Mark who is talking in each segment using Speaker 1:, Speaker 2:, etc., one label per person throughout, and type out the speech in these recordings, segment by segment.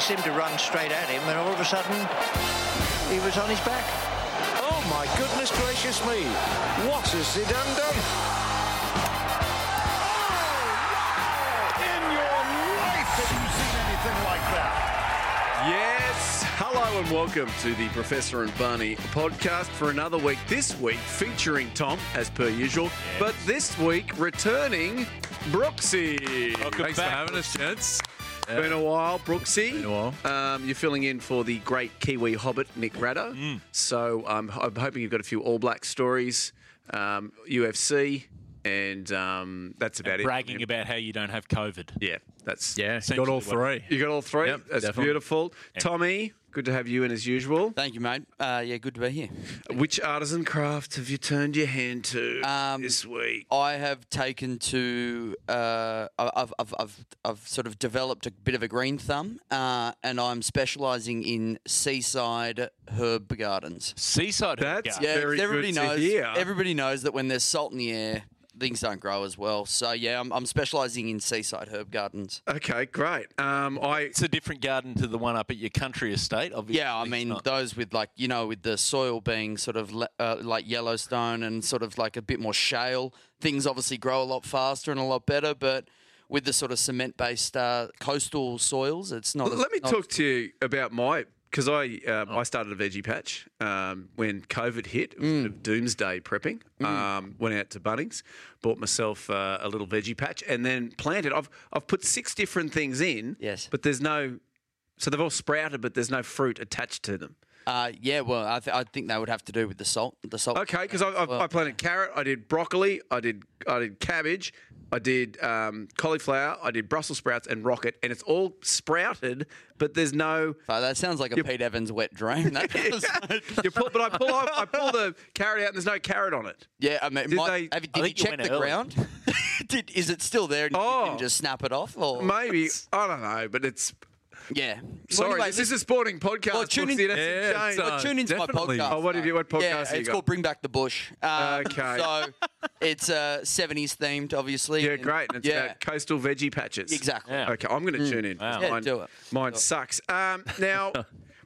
Speaker 1: seemed to run straight at him, and all of a sudden, he was on his back.
Speaker 2: Oh my goodness gracious me! What has Zidane done? Oh, in your life have you seen anything like that?
Speaker 3: Yes. Hello and welcome to the Professor and Barney podcast for another week. This week featuring Tom, as per usual, but this week returning Brooksy.
Speaker 4: Welcome
Speaker 3: Thanks
Speaker 4: back.
Speaker 3: for having us.
Speaker 4: gents.
Speaker 3: Been a while, Brooksy.
Speaker 4: Been a while.
Speaker 3: Um, you're filling in for the great Kiwi hobbit Nick Ratto.
Speaker 4: Mm.
Speaker 3: So um, I'm hoping you've got a few All Black stories, um, UFC, and um, that's about it.
Speaker 4: Bragging about how you don't have COVID.
Speaker 3: Yeah, that's
Speaker 5: Yeah,
Speaker 4: Essentially
Speaker 5: got all
Speaker 4: what-
Speaker 5: three.
Speaker 3: You got all three.
Speaker 5: Yep,
Speaker 3: that's
Speaker 5: definitely.
Speaker 3: beautiful. Tommy, good to have you in as usual.
Speaker 6: Thank you, mate. Uh, yeah, good to be here.
Speaker 3: Which artisan craft have you turned your hand to
Speaker 6: Um,
Speaker 3: this week?
Speaker 6: I have taken to, uh, I- I've, I've, I've, I've sort of developed a bit of a green thumb, uh, and I'm specialising in seaside herb gardens.
Speaker 4: Seaside.
Speaker 3: That's-
Speaker 4: Hookah.
Speaker 6: Yeah,
Speaker 3: Very good
Speaker 6: everybody
Speaker 3: to
Speaker 6: knows.
Speaker 3: hear.
Speaker 6: Everybody knows that when there's salt in the air, things don't grow as well. So yeah, I'm, I'm specialising in seaside herb gardens.
Speaker 3: Okay, great. Um, I
Speaker 4: It's a different garden to the one up at your country estate, obviously.
Speaker 6: Yeah, I
Speaker 4: It's
Speaker 6: mean
Speaker 4: not-
Speaker 6: those with like you know with the soil being sort of le- uh, like Yellowstone and sort of like a bit more shale, things obviously grow a lot faster and a lot better. But with the sort of cement-based uh, coastal soils, it's not. as-
Speaker 3: let me
Speaker 6: not-
Speaker 3: talk to you about my because I um,
Speaker 6: Oh.
Speaker 3: I started a veggie patch um, when COVID hit. It was
Speaker 6: Mm.
Speaker 3: sort of doomsday prepping. Um, went out to Bunnings, bought myself uh, a little veggie patch, and then planted. I've I've put six different things in.
Speaker 6: Yes.
Speaker 3: but there's no. So they've all sprouted, but there's no fruit attached to them.
Speaker 6: Uh, yeah, well, I, th- I think they would have to do with the salt. The salt.
Speaker 3: Okay, because I, I, I planted carrot, I did broccoli, I did I did cabbage, I did um, cauliflower, I did Brussels sprouts and rocket, and it's all sprouted, but there's no.
Speaker 6: So that sounds like a Pete Evans wet dream. That does.
Speaker 3: You pull, but I pull off, I pull the carrot out, and there's no carrot on it.
Speaker 6: yeah, I mean,
Speaker 3: Did
Speaker 6: might-
Speaker 3: they-
Speaker 6: have you,
Speaker 4: I
Speaker 6: did you
Speaker 4: think you
Speaker 6: check
Speaker 4: went
Speaker 6: the
Speaker 4: early.
Speaker 6: ground? did, is it still there? And you
Speaker 3: Oh.
Speaker 6: can just snap it off, or
Speaker 3: Maybe I don't know, but it's
Speaker 6: yeah.
Speaker 3: sorry.
Speaker 6: Well, anyway,
Speaker 3: this is a sporting podcast.
Speaker 6: Well, tune in-
Speaker 3: Brooksy, that's
Speaker 5: Yeah,
Speaker 3: insane.
Speaker 5: it's, uh,
Speaker 6: Well, tune into my
Speaker 5: definitely.
Speaker 6: podcast.
Speaker 3: Oh, what have you- what podcast
Speaker 6: Yeah,
Speaker 3: have you
Speaker 6: it's
Speaker 3: got?
Speaker 6: called Bring Back the Bush. Um,
Speaker 3: Okay.
Speaker 6: So it's uh, 70s themed, obviously.
Speaker 3: yeah,
Speaker 6: and-
Speaker 3: great. And it's
Speaker 6: yeah,
Speaker 3: about coastal veggie patches.
Speaker 6: exactly. Hmm.
Speaker 4: Yeah.
Speaker 3: Okay, I'm going to tune in. 'cause
Speaker 4: Yeah,
Speaker 3: Mine,
Speaker 6: do it.
Speaker 3: mine sucks. Um, now,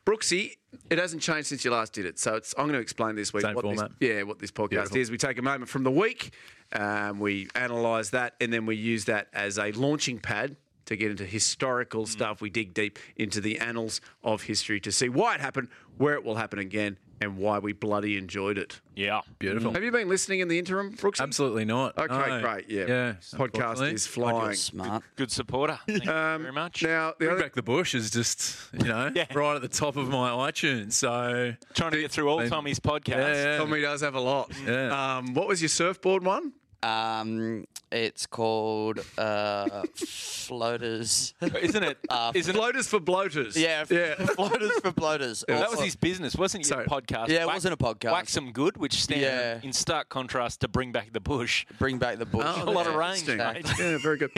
Speaker 3: Brooksy, it hasn't changed since you last did it, so it's, I'm going to explain this week
Speaker 5: Same
Speaker 3: what this,
Speaker 5: format.
Speaker 3: yeah, what this podcast
Speaker 5: Beautiful.
Speaker 3: is. We take a moment from the week, um, we analyse that, and then we use that as a launching pad to get into historical
Speaker 5: Hmm.
Speaker 3: stuff. We dig deep into the annals of history to see why it happened, where it will happen again, and why we bloody enjoyed it.
Speaker 4: Yeah.
Speaker 5: Beautiful.
Speaker 3: Have you been listening in the interim, Brooksy?
Speaker 5: Absolutely not.
Speaker 3: Mm. Okay,
Speaker 5: No.
Speaker 3: great. Yeah.
Speaker 5: Yeah.
Speaker 3: Podcast
Speaker 5: unfortunately.
Speaker 3: is flying.
Speaker 6: Smart.
Speaker 4: Good supporter. Thank you very much.
Speaker 3: Now, the
Speaker 5: Bring
Speaker 3: other
Speaker 5: back the bush is just, you know, right at the top of my iTunes. So,
Speaker 4: Trying to get through all
Speaker 5: Been-
Speaker 4: Tommy's podcasts.
Speaker 5: yeah, yeah.
Speaker 3: Tommy does have a lot.
Speaker 5: Yeah.
Speaker 3: Um, what was your surfboard one?
Speaker 6: Um, it's called uh, Floaters.
Speaker 4: Isn't it?
Speaker 6: Uh,
Speaker 4: not it?
Speaker 3: Bloaters for bloaters.
Speaker 6: Yeah,
Speaker 3: Yeah.
Speaker 6: Floaters for Bloaters.
Speaker 4: That
Speaker 6: Also-
Speaker 4: was his business, wasn't it? Your
Speaker 3: So-
Speaker 4: podcast.
Speaker 6: Yeah, it wasn't a podcast.
Speaker 4: Wax some good, which stand
Speaker 6: Yeah.
Speaker 4: in stark contrast to bring back the bush.
Speaker 6: Bring Back the Bush.
Speaker 4: A Oh, lot of
Speaker 6: Yeah.
Speaker 4: range,
Speaker 3: Interesting.
Speaker 4: mate.
Speaker 3: Yeah, very good.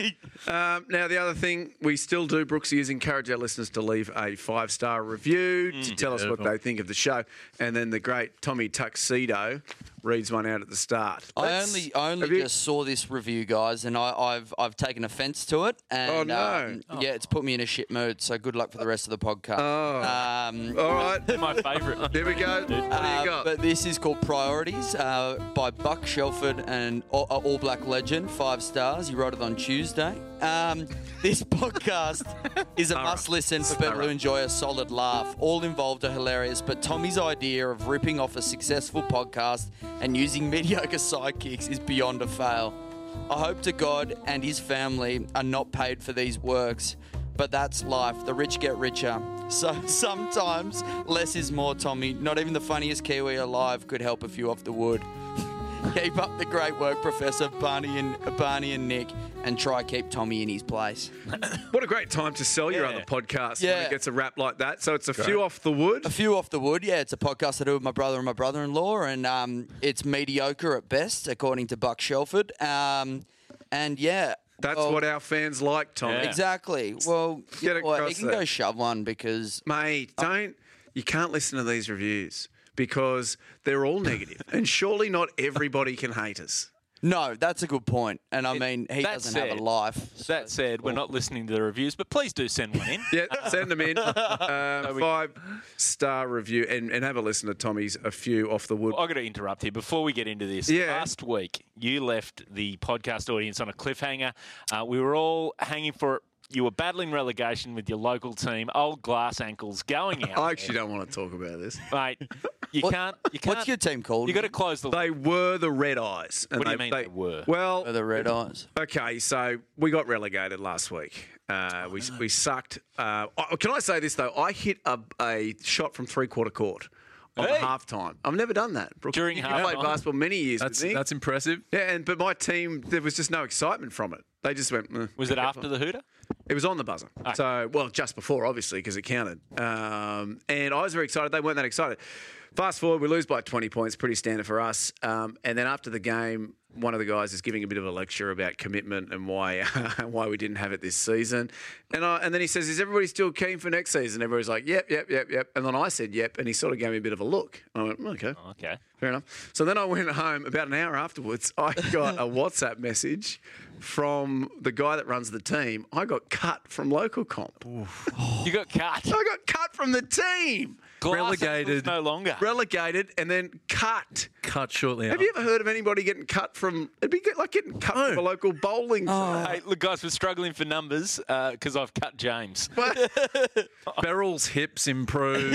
Speaker 3: Um, now, the other thing we still do, Brooksy, is encourage our listeners to leave a five star review
Speaker 5: Mm.
Speaker 3: to tell us what
Speaker 5: Beautiful.
Speaker 3: they think of the show. And then the great Tommy Tuxedo reads one out at the start.
Speaker 6: I
Speaker 3: Let's-
Speaker 6: only, I only
Speaker 3: have you-
Speaker 6: just saw this review, guys, and I, I've I've taken offence to it, and
Speaker 3: Oh, no.
Speaker 6: um, yeah, it's put me in a shit mood. So good luck for the rest of the podcast. Um,
Speaker 3: All right.
Speaker 4: My favourite.
Speaker 3: There we go. What do
Speaker 6: Uh,
Speaker 3: you got?
Speaker 6: But this is called Priorities uh, by Buck Shelford and All, uh, All Black Legend, five stars. He wrote it on Tuesday. Um, this podcast is a must listen for people who enjoy a solid laugh. All involved are hilarious, but Tommy's idea of ripping off a successful podcast and using mediocre sidekicks is beyond a fail. I hope to God and his family are not paid for these works. But that's life. The rich get richer. So sometimes less is more, Tommy. Not even the funniest Kiwi alive could help a few off the wood. keep up the great work, Professor Barney and Barney and Nick, and try keep Tommy in his place.
Speaker 3: What a great time to sell your
Speaker 4: Yeah.
Speaker 3: other podcast when
Speaker 6: Yeah.
Speaker 3: it gets a rap like that. So it's a few off the wood.
Speaker 6: A few off the wood, yeah. It's a podcast I do with my brother and my brother-in-law, and um, it's mediocre at best, according to Buck Shelford. Um, and yeah,
Speaker 3: That's
Speaker 6: well,
Speaker 3: what our fans like, Tommy.
Speaker 4: Yeah.
Speaker 6: exactly. Well,
Speaker 3: Get
Speaker 6: you know what,
Speaker 3: across
Speaker 6: he can
Speaker 3: that.
Speaker 6: go shove one because
Speaker 3: Mate, don't you can't listen to these reviews because they're all negative, and surely not everybody can hate us.
Speaker 6: No, that's a good point. And I mean, he
Speaker 4: that
Speaker 6: doesn't
Speaker 4: said-
Speaker 6: have a life.
Speaker 4: That said, we're not listening to the reviews, but please do send one in.
Speaker 3: Yeah, send them in. Uh, five star review and, and have a listen to Tommy's a few off the wood.
Speaker 4: I've got to interrupt here before we get into this.
Speaker 3: Yeah.
Speaker 4: Last week, you left the podcast audience on a cliffhanger. Uh, we were all hanging for it. You were battling relegation with your local team. Old glass ankles going out.
Speaker 3: I actually don't want to talk about this.
Speaker 4: Mate, you can't. You can't.
Speaker 6: What's your team called?
Speaker 4: You got to close the.
Speaker 3: They were the Red Eyes. and
Speaker 4: What do you mean they were?
Speaker 3: Well,
Speaker 6: the red eyes.
Speaker 3: Okay, so we got relegated last week. Uh, we,
Speaker 4: Oh,
Speaker 3: we sucked. Uh, oh, can I say this though? I hit a, a shot from three quarter court on
Speaker 4: Hey.
Speaker 3: half time. I've never done that. Brooke,
Speaker 4: During
Speaker 3: you
Speaker 4: half-time?
Speaker 3: played basketball many years.
Speaker 5: That's
Speaker 3: with me.
Speaker 5: that's impressive.
Speaker 3: yeah, and but my team there was just no excitement from it. They just went. "Eh."
Speaker 4: was it after the hooter?
Speaker 3: It was on the buzzer. So, well, just before, obviously, because it counted. Um, and I was very excited. They weren't that excited. Fast forward, we lose by 20 points, pretty standard for us. Um, and then after the game, one of the guys is giving a bit of a lecture about commitment and why why we didn't have it this season. And I, and then he says, "Is everybody still keen for next season?" Everybody's like, "Yep, yep, yep, yep." And then I said, "Yep," and he sort of gave me a bit of a look. And I went, "Okay."
Speaker 4: Okay.
Speaker 3: Fair enough. So then I went home. About an hour afterwards, I got a WhatsApp message from the guy that runs the team. I got cut from local comp.
Speaker 4: You got cut.
Speaker 3: I got cut from the team.
Speaker 4: Glass
Speaker 5: Relegated.
Speaker 4: ankles No longer.
Speaker 3: Relegated and then cut.
Speaker 5: Cut shortly.
Speaker 3: Have you ever heard of anybody getting cut from? It'd be like getting cut from a local bowling.
Speaker 6: Oh.
Speaker 4: Hey, look, guys, we're struggling for numbers because I've cut James.
Speaker 3: But
Speaker 5: Beryl's hips improved.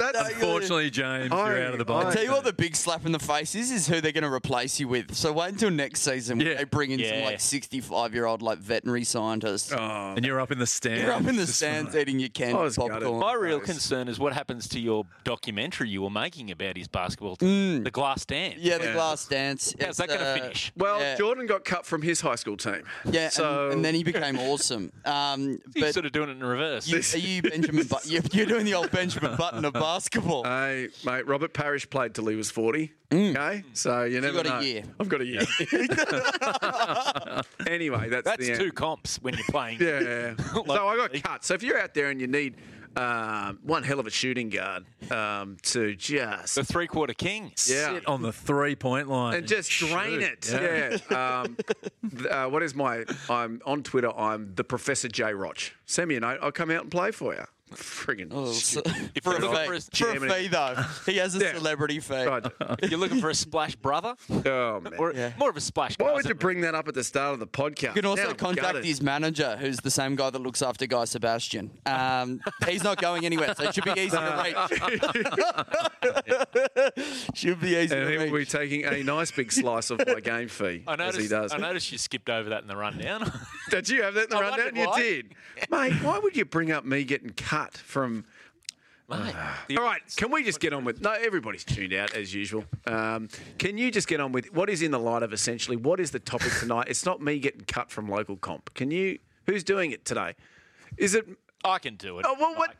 Speaker 5: Unfortunately, James, you're out of the box.
Speaker 3: I-
Speaker 6: Tell you what, the big slap in the face is is who they're going to replace you with. So wait until next season when
Speaker 5: Yeah.
Speaker 6: they bring in some
Speaker 4: Yeah.
Speaker 6: like sixty-five-year-old like veterinary scientist.
Speaker 3: Oh,
Speaker 5: and you're up in the stand.
Speaker 6: You're up in the stands eating your
Speaker 3: I
Speaker 6: candy
Speaker 3: was gutted.
Speaker 6: popcorn.
Speaker 4: My real concern is what happens to your documentary you were making about his basketball team,
Speaker 3: Mm.
Speaker 4: the glass stand.
Speaker 6: Yeah, the glass dance.
Speaker 4: How's that
Speaker 6: It's,
Speaker 4: going to
Speaker 6: uh,
Speaker 4: finish?
Speaker 3: well,
Speaker 6: Yeah.
Speaker 3: Jordan got cut from his high school team.
Speaker 6: Yeah,
Speaker 3: So
Speaker 6: and, and then he became awesome. Um,
Speaker 4: You're
Speaker 6: but
Speaker 4: sort of doing it in reverse.
Speaker 6: you, are you Benjamin? But- you're, you're doing the old Benjamin Button of basketball.
Speaker 3: Hey, mate, Robert Parrish played till he was 40. Okay, so you never
Speaker 6: Mm. got a
Speaker 3: know.
Speaker 6: year.
Speaker 3: I've got a year. anyway, that's,
Speaker 4: That's
Speaker 3: the end.
Speaker 4: two comps when you're playing.
Speaker 3: Yeah, yeah, yeah. so I got cut. So if you're out there and you need um, one hell of a shooting guard um, to just
Speaker 4: The three quarter king.
Speaker 3: yeah.
Speaker 6: Oh,
Speaker 5: Sit on the three point line.
Speaker 3: and just
Speaker 5: shoot.
Speaker 3: drain it. Yeah. Um, th- uh, what is my? I'm on Twitter. I'm the Professor J. Roch. Send me a note. I'll come out and play for you. Friggin'
Speaker 6: Oh, so-
Speaker 3: stupid.
Speaker 6: for, a
Speaker 4: you're looking for
Speaker 6: fee, for a
Speaker 3: Germany.
Speaker 6: fee though, he has a
Speaker 3: Yeah.
Speaker 6: celebrity fee.
Speaker 3: God.
Speaker 4: If you're looking for a splash brother,
Speaker 3: Oh, man.
Speaker 4: or more of a splash
Speaker 3: Why would
Speaker 4: cousin.
Speaker 3: you bring that up at the start of the podcast?
Speaker 6: You can also
Speaker 3: Now I'm
Speaker 6: contact
Speaker 3: gutted.
Speaker 6: his manager, who's the same guy that looks after Guy Sebastian. Um, he's not going anywhere, so it should be easy to reach. should be easy
Speaker 3: And
Speaker 6: to
Speaker 3: he'll be
Speaker 6: reach.
Speaker 3: taking a nice big slice of my game fee,
Speaker 4: I
Speaker 3: as
Speaker 4: noticed,
Speaker 3: he does.
Speaker 4: I noticed you skipped over that in the rundown.
Speaker 3: Did you have that in the
Speaker 4: I
Speaker 3: rundown?
Speaker 4: wondered
Speaker 3: You
Speaker 4: why.
Speaker 3: did. Mate, why would you bring up me getting cut from.
Speaker 4: Mate, the-
Speaker 3: All right, can we just get on with. No, everybody's tuned out as usual. Um, can you just get on with what is in the light of essentially? What is the topic tonight? It's not me getting cut from local comp. Can you. Who's doing it today? Is it.
Speaker 4: I can do it.
Speaker 3: Oh, well, what-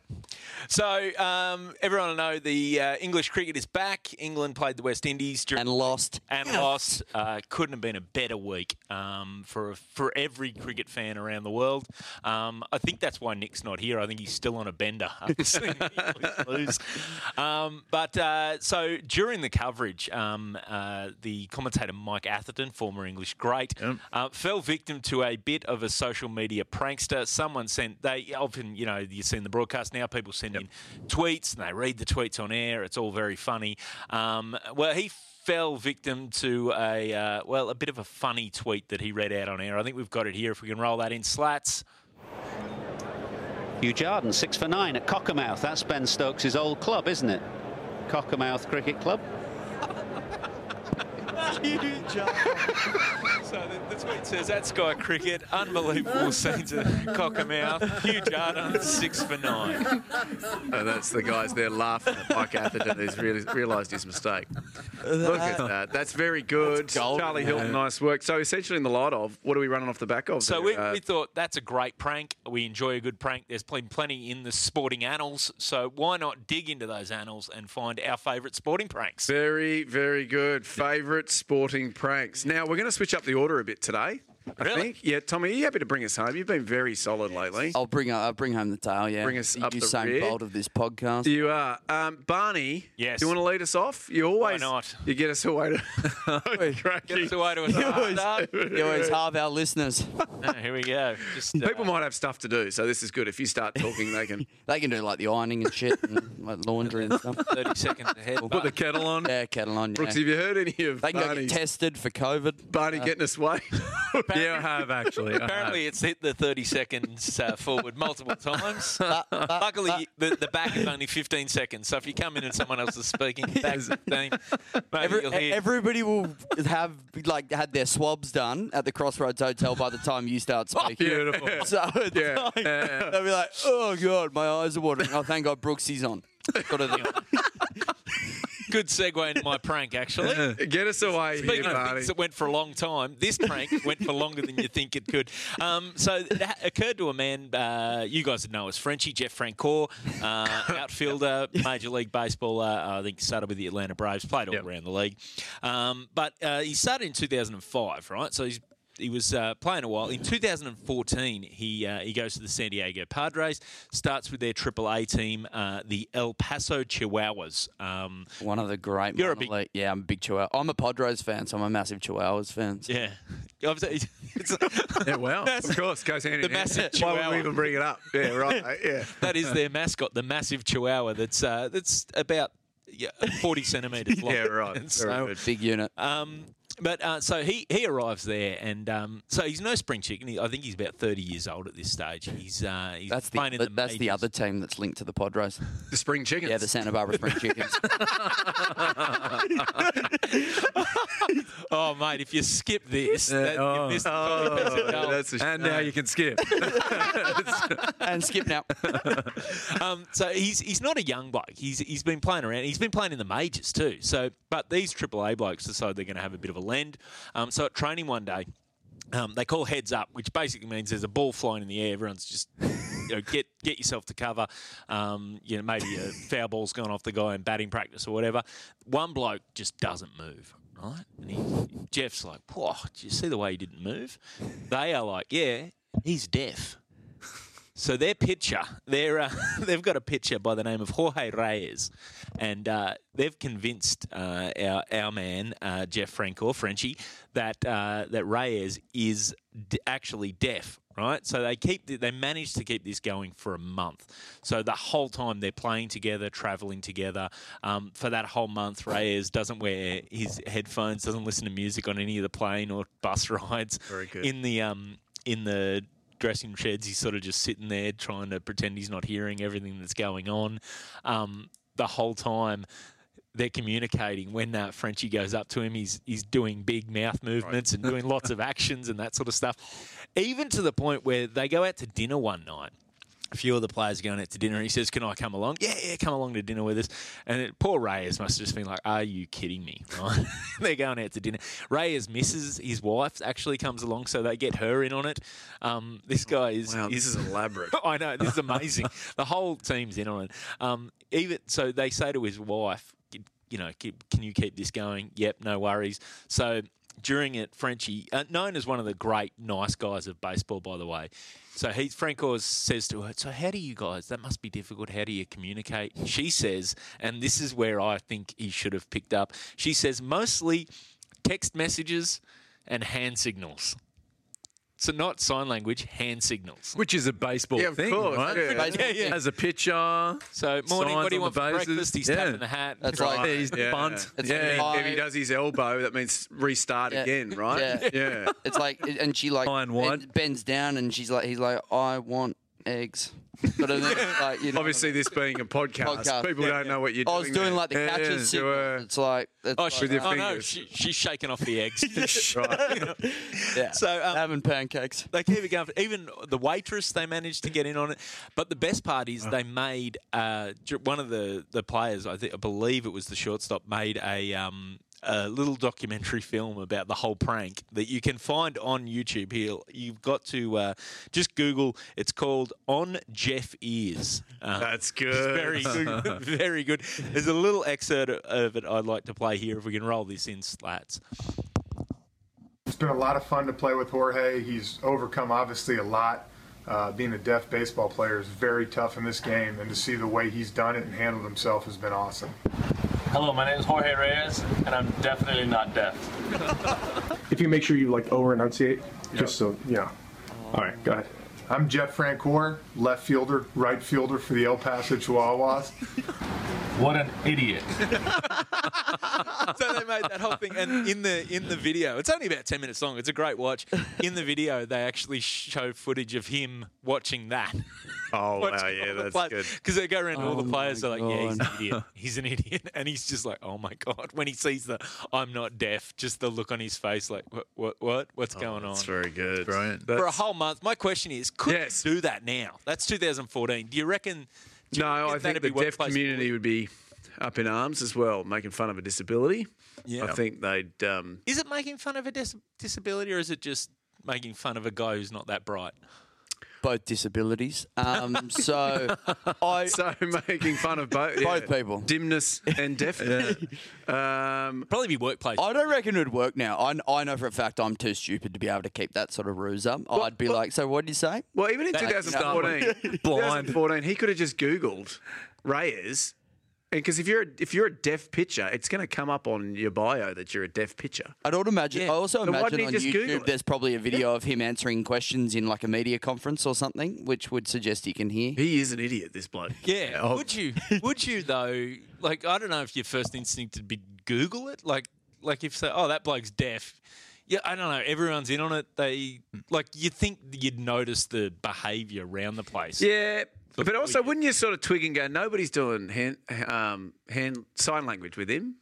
Speaker 4: So, um, everyone will know the uh, English cricket is back. England played the West Indies during
Speaker 6: And lost.
Speaker 4: and lost. Uh, couldn't have been a better week um, for for every cricket fan around the world. Um, I think that's why Nick's not here. I think he's still on a bender. after seeing the English lose. Um, but uh, so during the coverage, um, uh, the commentator Mike Atherton, former English great, uh, fell victim to a bit of a social media prankster. Someone sent they often you know you see in the broadcast now people send in tweets and they read the tweets on air. It's all very funny. Um, well, he fell victim to a uh, well a bit of a funny tweet that he read out on air. I think we've got it here. If we can roll that in slats.
Speaker 7: Hugh Jarden, six for nine at Cockermouth. That's Ben Stokes' old club, isn't it? Cockermouth Cricket Club.
Speaker 4: So the, the tweet says at Sky Cricket, unbelievable scenes of Cockermouth, Hugh Jarden six for nine.
Speaker 3: Oh, that's the guys there laughing at Mike Atherton who's really realised his mistake. Look at that. That's very good. Charlie Hilton, nice work. So essentially in the light of, what are we running off the back of?
Speaker 4: So
Speaker 3: there?
Speaker 4: we,
Speaker 3: Uh,
Speaker 4: we thought that's a great prank. We enjoy a good prank. There's been plenty in the sporting annals, so why not dig into those annals and find our favourite sporting pranks?
Speaker 3: Very, very good. Favorite sporting pranks. Now we're going to switch up the order a bit today. I
Speaker 4: Really?
Speaker 3: think. Yeah, Tommy, are you happy to bring us home? You've been very solid lately.
Speaker 6: I'll bring I'll bring home the tail. Yeah,
Speaker 3: Bring us
Speaker 6: you
Speaker 3: up the
Speaker 6: Usain
Speaker 3: rear.
Speaker 6: Bolt of this podcast.
Speaker 3: You are. Um, Barney,
Speaker 4: Yes.
Speaker 3: do you want to lead us off? You always
Speaker 4: not?
Speaker 3: you get us away to
Speaker 4: Get us
Speaker 3: cracking.
Speaker 4: away to a
Speaker 6: You always,
Speaker 4: start.
Speaker 6: you always halve our listeners.
Speaker 4: Yeah, Here we go. Just, uh,
Speaker 3: People might have stuff to do, so this is good. If you start talking, they can.
Speaker 6: They can do like the ironing and shit, and like laundry and stuff.
Speaker 4: 30 seconds ahead.
Speaker 5: Put the kettle on.
Speaker 6: Yeah, kettle on. Yeah.
Speaker 3: Brooks, have you heard any of
Speaker 6: They can go get
Speaker 3: Barney's,
Speaker 6: tested for COVID.
Speaker 3: Barney getting us away?
Speaker 5: Yeah, I have actually. I have.
Speaker 6: Uh,
Speaker 4: Apparently, it's hit the 30 seconds uh, forward multiple times. Luckily, the, the back is only 15 seconds. So if you come in and someone else is speaking, back 15, maybe
Speaker 6: Every,
Speaker 4: you'll hear.
Speaker 6: everybody will have like had their swabs done at the Crossroads Hotel by the time you start speaking.
Speaker 5: Beautiful.
Speaker 6: So it's
Speaker 3: Oh, Yeah.
Speaker 6: like, they'll be like, "Oh God, my eyes are watering." Oh, thank God, Brooksy's on. Got it.
Speaker 4: Good segue into my prank, actually.
Speaker 3: Get us away here,
Speaker 4: Speaking of
Speaker 3: Barney.
Speaker 4: things that went for a long time, this prank went for longer than you think it could. Um, so it ha- occurred to a man uh, you guys would know as Frenchie, Jeff Francoeur, uh, outfielder, Major League Baseball. Uh, I think started with the Atlanta Braves, played all around the league, um, but uh, he started in 2005, right? So he's he was uh, playing a while. In 2014, he uh, he goes to the San Diego Padres, starts with their AAA team, uh, the El Paso Chihuahuas. Um,
Speaker 6: One of the great.
Speaker 4: You're a
Speaker 6: minor
Speaker 4: big-
Speaker 6: league- Yeah, I'm a big Chihuahua. I'm a Padres fan, so I'm a massive Chihuahuas fan. so-
Speaker 4: yeah, Obviously, it's-
Speaker 5: Yeah, wow.
Speaker 3: of course, goes hand
Speaker 4: The
Speaker 3: in hand.
Speaker 4: massive
Speaker 3: Why would
Speaker 4: chihuahua.
Speaker 3: we even bring it up? Yeah, right. mate, Yeah.
Speaker 4: that is their mascot, the massive chihuahua. That's uh, that's about yeah, forty centimeters long.
Speaker 3: Yeah, right.
Speaker 4: And
Speaker 3: Very
Speaker 4: so,
Speaker 3: good.
Speaker 6: Big unit.
Speaker 4: um, but uh, so he he arrives there, and um, so he's no spring chicken. He, I think he's about thirty years old at this stage. He's uh, he's
Speaker 6: That's the
Speaker 4: playing in the
Speaker 6: that's the
Speaker 4: majors.
Speaker 6: other team that's linked to the Padres.
Speaker 3: The spring chickens.
Speaker 6: Yeah, the Santa Barbara Spring Chickens.
Speaker 4: Oh mate, if you skip this,
Speaker 5: Yeah,
Speaker 4: that,
Speaker 5: oh.
Speaker 4: you missed the
Speaker 3: Oh,
Speaker 4: top of the goal.
Speaker 3: that's a
Speaker 5: And now you can skip.
Speaker 6: and skip now.
Speaker 4: um, so he's he's not a young bloke. He's he's been playing around. He's been playing in the majors too. So, but these AAA blokes decide they're going to have a bit of a lend. Um, so at training one day. Um, they call heads up, which basically means there's a ball flying in the air. Everyone's just, you know, get get yourself to cover. Um, you know, maybe a foul ball's gone off the guy in batting practice or whatever. One bloke just doesn't move, right? And he, Jeff's like, "Whoa, do you see the way he didn't move?" They are like, "Yeah, he's deaf." So their pitcher, they're, uh, they've got a pitcher by the name of Jorge Reyes, and uh, they've convinced uh, our, our man uh, Jeff Franco Frenchie that uh, that Reyes is d- actually deaf. Right, so they keep th- they managed to keep this going for a month. So the whole time they're playing together, traveling together. Um, for that whole month, Reyes doesn't wear his headphones, doesn't listen to music on any of the plane or bus rides. Very
Speaker 3: good.
Speaker 4: In the um in the dressing sheds. He's sort of just sitting there trying to pretend he's not hearing everything that's going on. Um, the whole time they're communicating. When uh, Frenchie goes up to him, he's he's doing big mouth movements and doing lots of actions and that sort of stuff. Even to the point where they go out to dinner one night. A few of the players are going out to dinner, and he says, "Can I come along?" Yeah, yeah, come along to dinner with us. And it, poor Reyes must have just been like, "Are you kidding me?" Right? They're going out to dinner. Reyes misses his wife actually comes along, so they get her in on it. Um, this guy is
Speaker 3: Wow, this
Speaker 4: is
Speaker 3: is elaborate.
Speaker 4: Oh, I know this is amazing. the whole team's in on it. Um, even so, they say to his wife, "You know, keep, can you keep this going?" Yep, no worries. So during it, Frenchie, uh, known as one of the great nice guys of baseball, by the way. So he Franco says to her, "So how do you guys? That must be difficult. How do you communicate?" She says, and this is where I think he should have picked up. She says mostly text messages and hand signals. So not sign language, hand signals.
Speaker 5: Which is a baseball
Speaker 3: Yeah, of
Speaker 5: thing,
Speaker 3: course,
Speaker 5: right?
Speaker 3: yeah.
Speaker 6: Baseball Yeah,
Speaker 5: As a pitcher.
Speaker 4: So morning,
Speaker 5: signs
Speaker 4: what do you
Speaker 5: on
Speaker 4: want
Speaker 5: the
Speaker 4: for
Speaker 5: bases.
Speaker 4: breakfast? He's
Speaker 5: yeah.
Speaker 4: tapping the hat.
Speaker 6: That's
Speaker 5: Right,
Speaker 6: like
Speaker 5: he's
Speaker 3: Yeah.
Speaker 5: bunt.
Speaker 6: It's
Speaker 5: yeah.
Speaker 6: like-
Speaker 3: If he does his elbow, that means restart
Speaker 6: Yeah.
Speaker 3: again, right?
Speaker 6: Yeah.
Speaker 3: yeah.
Speaker 6: It's like, and she like
Speaker 5: Fine wine.
Speaker 6: it bends down, and she's like, he's like, I want eggs. But then, like, you know,
Speaker 3: Obviously, this being a podcast,
Speaker 6: Podcast,
Speaker 3: people don't know what you're
Speaker 6: I
Speaker 3: doing.
Speaker 6: was doing
Speaker 3: there.
Speaker 6: like the
Speaker 5: Yeah,
Speaker 6: catch
Speaker 5: yeah.
Speaker 6: and signal.
Speaker 3: You were-
Speaker 6: It's like, it's
Speaker 4: Oh,
Speaker 6: like,
Speaker 4: she,
Speaker 3: your
Speaker 4: oh no,
Speaker 3: fingers.
Speaker 4: she, she's shaking off the eggs.
Speaker 3: Right.
Speaker 6: yeah.
Speaker 4: so um,
Speaker 6: having pancakes.
Speaker 4: they keep it going. Even the waitress, they managed to get in on it. But the best part
Speaker 5: Oh.
Speaker 4: is they made uh, ju- one of the, the players, I, think, I believe it was the shortstop, made a, um, a little documentary film about the whole prank that you can find on YouTube. Here, you've got to uh, just Google. It's called "On Jeff Ears." Um,
Speaker 3: That's
Speaker 4: It's
Speaker 3: good.
Speaker 4: very good. very good. There's a little excerpt of it I'd like to play here if we can roll this in slats.
Speaker 8: It's been a lot of fun to play with Jorge. He's overcome obviously a lot. Uh, being a deaf baseball player is very tough in this game, and to see the way he's done it and handled himself has been awesome.
Speaker 9: Hello, my name is Jorge Reyes, and I'm definitely not deaf.
Speaker 10: if you make sure you like over enunciate, yep. just so yeah. All right, go ahead.
Speaker 8: I'm Jeff Francoeur, left fielder, right fielder for the El Paso Chihuahuas.
Speaker 9: What an idiot!
Speaker 4: so they made that whole thing, and in the in the video, it's only about ten minutes long. It's a great watch. In the video, they actually show footage of him watching that.
Speaker 3: Oh wow, yeah, that's
Speaker 4: players.
Speaker 3: good.
Speaker 4: Because they go around to oh all the players, they're like, "Yeah, he's an idiot. He's an idiot," and he's just like, "Oh my god!" When he sees the "I'm not deaf," just the look on his face, like, "What? What? what? What's oh, going
Speaker 3: that's
Speaker 4: on?"
Speaker 3: Very good,
Speaker 5: brilliant.
Speaker 4: For a whole month. My question is, could yes. do that now? That's 2014. Do you reckon? Do
Speaker 3: no, you reckon I think the deaf community would be up in arms as well, making fun of a disability. Yeah, I think they'd. Um,
Speaker 4: is it making fun of a dis- disability, or is it just making fun of a guy who's not that bright?
Speaker 6: both disabilities. Um, so I
Speaker 3: so making fun of both
Speaker 6: yeah. both people,
Speaker 3: dimness and deafness.
Speaker 4: yeah. um, Probably be workplace.
Speaker 6: I don't reckon it would work now. I, I know for a fact I'm too stupid to be able to keep that sort of ruse up. Well, I'd be well, like, so what did you say?
Speaker 3: Well, even in that, 2014, you know, blind 2014, he could have just Googled Reyes. Because if you're a, if you're a deaf pitcher, it's going to come up on your bio that you're a deaf pitcher.
Speaker 6: I'd also imagine. Yeah. I also but imagine on YouTube there's probably a video yeah. of him answering questions in like a media conference or something, which would suggest he can hear.
Speaker 3: He is an idiot, this bloke.
Speaker 4: Yeah. Oh. Would you? Would you though? Like I don't know if your first instinct would be Google it. Like like if say, oh that bloke's deaf. Yeah, I don't know. Everyone's in on it. They like you think you'd notice the behaviour around the place.
Speaker 3: Yeah, but also, wouldn't you sort of twig and go, nobody's doing hand, um, hand sign language with him?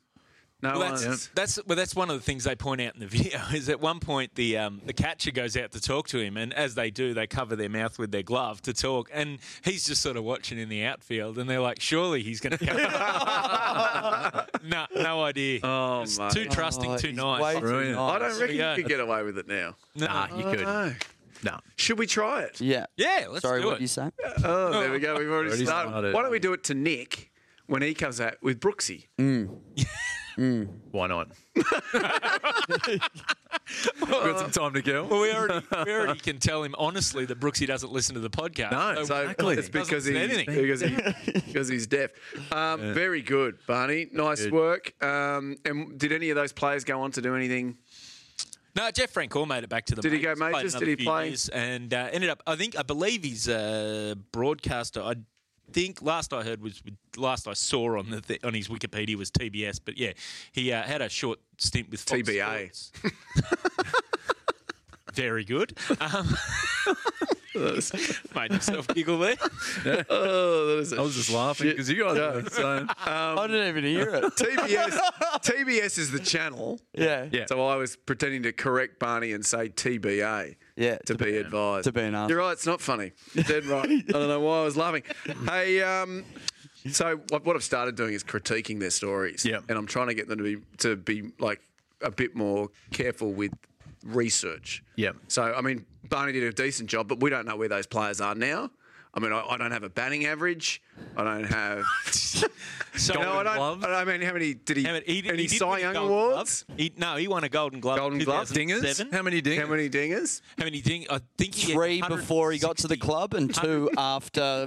Speaker 4: No, well, that's, that's, well, that's one of the things they point out in the video. Is at one point the um, the catcher goes out to talk to him, and as they do, they cover their mouth with their glove to talk, and he's just sort of watching in the outfield, and they're like, surely he's going to come. no, no idea.
Speaker 3: Oh,
Speaker 4: it's mate. too trusting, oh, too, nice.
Speaker 3: too nice.
Speaker 5: Oh,
Speaker 3: I don't reckon you could get away with it now.
Speaker 5: No, nah, you could.
Speaker 3: Know.
Speaker 5: No.
Speaker 3: Should we try it?
Speaker 6: Yeah.
Speaker 4: Yeah, let's
Speaker 6: Sorry,
Speaker 4: do
Speaker 6: what
Speaker 4: it.
Speaker 6: you say?
Speaker 3: Oh, there we go. We've already, already started. started. Why don't we do it to Nick when he comes out with Brooksy?
Speaker 6: Mm. mm.
Speaker 5: Why not? Got some time to kill.
Speaker 4: Well, we already, we already can tell him honestly that Brooksy doesn't listen to the podcast.
Speaker 3: No, so exactly. It's because, he, because, he, because he's deaf. Um, yeah. Very good, Barney. Nice good. work. Um, and did any of those players go on to do anything?
Speaker 4: No, Jeff Francoeur made it back to the.
Speaker 3: Did majors, he go majors? Did he play?
Speaker 4: And uh, ended up, I think, I believe he's a broadcaster. I think last I heard was last I saw on the th- on his Wikipedia was TBS, but yeah, he uh, had a short stint with Fox
Speaker 3: TBA.
Speaker 4: Very good. Um, Made yourself giggle there. Yeah.
Speaker 3: Oh, that
Speaker 5: I was just laughing because you guys are
Speaker 6: Um,
Speaker 5: insane.
Speaker 6: I didn't even hear it.
Speaker 3: TBS, TBS is the channel.
Speaker 6: Yeah.
Speaker 3: yeah. So I was pretending to correct Barney and say TBA.
Speaker 6: Yeah.
Speaker 3: To, to be, be, advised.
Speaker 6: To be an ass.
Speaker 3: You're right. It's not funny. You're dead right. I don't know why I was laughing. Hey, um, so what I've started doing is critiquing their stories.
Speaker 5: Yeah.
Speaker 3: And I'm trying to get them to be to be like a bit more careful with research.
Speaker 5: Yeah.
Speaker 3: So I mean, Barney did a decent job, but we don't know where those players are now. I mean, I, I don't have a batting average. I don't have.
Speaker 4: so
Speaker 3: no, I don't. I don't mean, how many did he? How many, he, any he Cy Young awards?
Speaker 4: He, no, he won a Golden Glove.
Speaker 3: Golden Glove
Speaker 5: dingers. How many dingers?
Speaker 3: How many dingers?
Speaker 4: How many ding? I think
Speaker 6: three before he got to the club and two after.